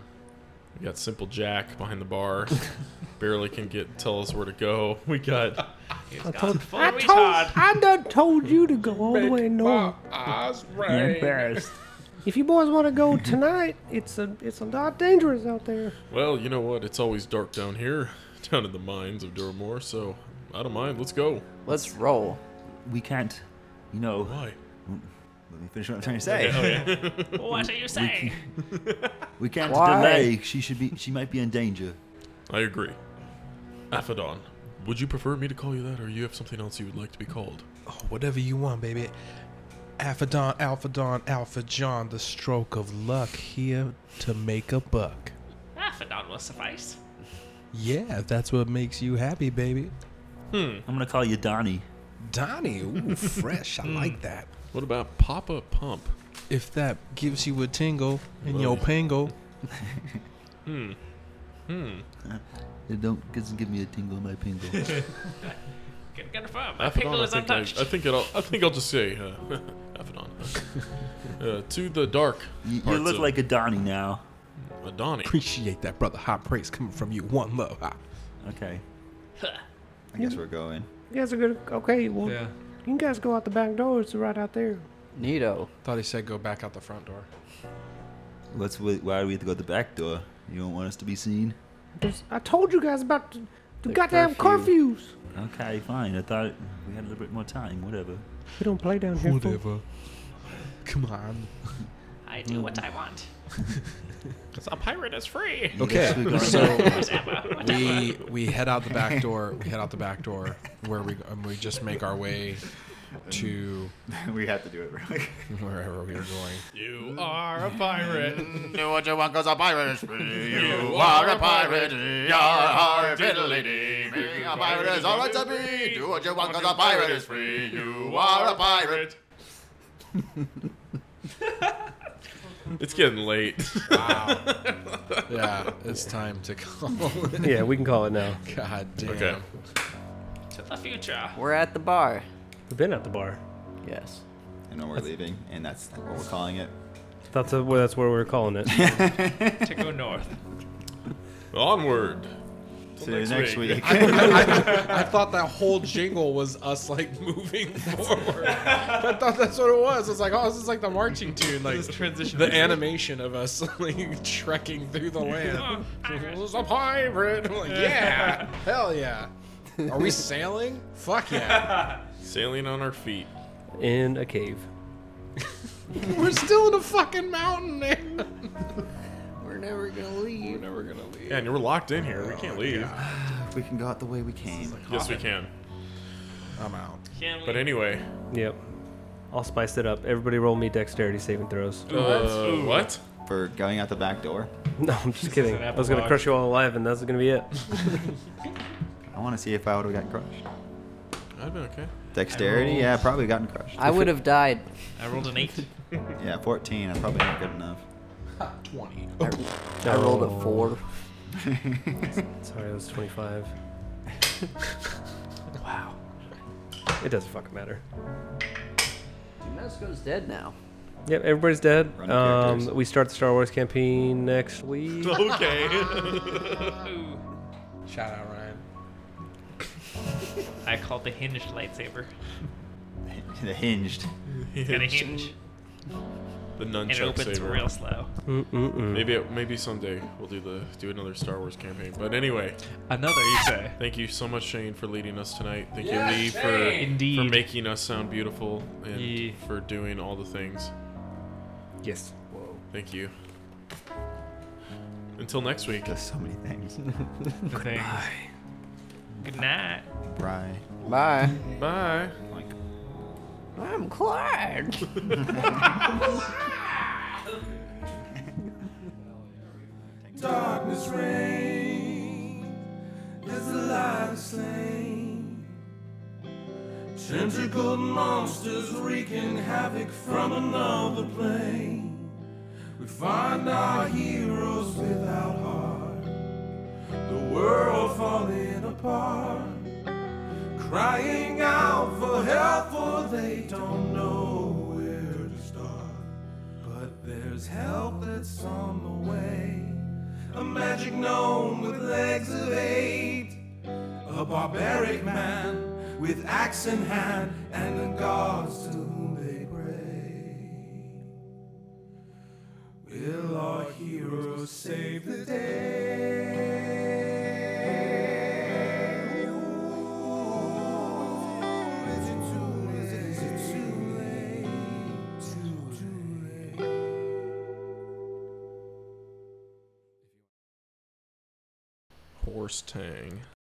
We got Simple Jack behind the bar. Barely can get tell us where to go. We got I told, I told, I done told you to go all the way north. Eyes You're right. embarrassed. If you boys want to go tonight, it's a it's a lot dangerous out there. well, you know what? It's always dark down here, <laughs> down in the mines of Duramore. So I don't mind. Let's go. Let's roll. We can't, you know. Mm, Why? Let me finish what I'm trying to say. <laughs> Oh, What are <laughs> you saying? We can't Why? delay. She should be. She might be in danger. I agree. Aphodon, would you prefer me to call you that, or you have something else you would like to be called? Oh, whatever you want, baby. Alpha Don, Alpha Don, Alpha John, the stroke of luck here to make a buck. Aphodon will suffice. Yeah, if that's what makes you happy, baby. Hmm. I'm gonna call you Donnie. Donnie, ooh, fresh. I Hmm. like that. What about Papa Pump? If that gives you a tingle in your pingle, <laughs> Hmm. Uh, It don't doesn't give me a tingle in my <laughs> pingle. Can confirm. My pickle Aphodon, is I think, I, untouched. I think I'll, I think I'll just say uh, <laughs> Aphodon. Uh, to the dark. you, you parts look of like a Donnie now. Adani. appreciate that, brother. High praise coming from you. One love. Ah. Okay. I guess we're going. You guys are good. Okay, well, Yeah. you guys go out the back door. It's right out there. Nito. Thought he said go back out the front door. What's with, why do we have to go to the back door? You don't want us to be seen? There's, I told you guys about the, the The goddamn curfew. curfews. Okay, fine. I thought we had a little bit more time. Whatever. We don't play down here. fool. Whatever. Come on. I do what I want. 'Cause a pirate is free. Okay. We're going- So Whatever. <laughs> we we head out the back door. We head out the back door where we and we just make our way to we have to do it really. wherever we were going. You are a pirate. Do what you want, cause a pirate is free. You are a pirate, you're a fiddly dee. Being a pirate is alright to be. Do what you want, cause a pirate is free. You are a pirate. It's getting late. <laughs> Yeah, it's time to call. it. <laughs> yeah, we can call it now. God damn. Okay. to the future. We're at the bar. We've been at the bar. Yes. And when we're leaving, and that's what we're calling it. That's a, well, that's where we're calling it. to go Oh, north. Onward. See you next week. <laughs> I, I- I thought that whole jingle was us like <laughs> moving forward. I thought that's what it was. It's like, oh, this is like the marching tune, like transition the music. animation of us <laughs> like trekking through the land. Pirate. It's a pirate. I'm like, yeah, hell yeah. Are we sailing? Fuck yeah. <laughs> Sailing on our feet. In a cave. We're still in a fucking mountain, man. We're never gonna leave. We're never gonna leave. Yeah, and we're locked in here. We can't leave. <sighs> We can go out the way we came. Yes, we can. I'm out. Can But anyway, Yep. I'll spice it up. Everybody roll me dexterity saving throws. uh, what? For going out the back door. <laughs> No, I'm just kidding. an I apple was going to box. crush you all alive, and that's going to be it. <laughs> I want to see if I would have got crushed. I've been okay. Dexterity? Yeah, probably gotten crushed. I would have died. I rolled an <laughs> eight. <laughs> Yeah, 14. I'm probably not good enough. <laughs> Twenty. I rolled a four. Oh. <laughs> Sorry, that was <laughs> 25. wow. It doesn't fucking matter. Unesco's dead now. Yep, everybody's dead. Run Um, characters. we start the Star Wars campaign next week. <laughs> okay. <laughs> Shout out Ryan. <laughs> I called the hinged lightsaber. The hinged. It's got a hinge, The and it nunchuck opens saber. real slow. Mm-mm-mm. Maybe it, maybe someday we'll do the do another Star Wars campaign. But anyway, Another, you say? thank you so much, Shane, for leading us tonight. Thank Yes, you, Lee, for Shane! for Indeed. making us sound beautiful and Yeah. for doing all the things. Yes. Thank you. Until next week. There's so many <laughs> things. Thing. Good night. Bry. Bye. Bye. I'm <laughs> <laughs> Clyde. Darkness reigns as the light is slain. Tentacled monsters wreaking havoc from another plane. We find our heroes without heart. The world falling apart. Crying out for help, for they don't know where to start. But there's help that's on the way. A magic gnome with legs of eight. A barbaric man with axe in hand and the gods to whom they pray. Will our heroes save the day? Ooh, is it too late? Is it too late? Too, too late. Horse Tang.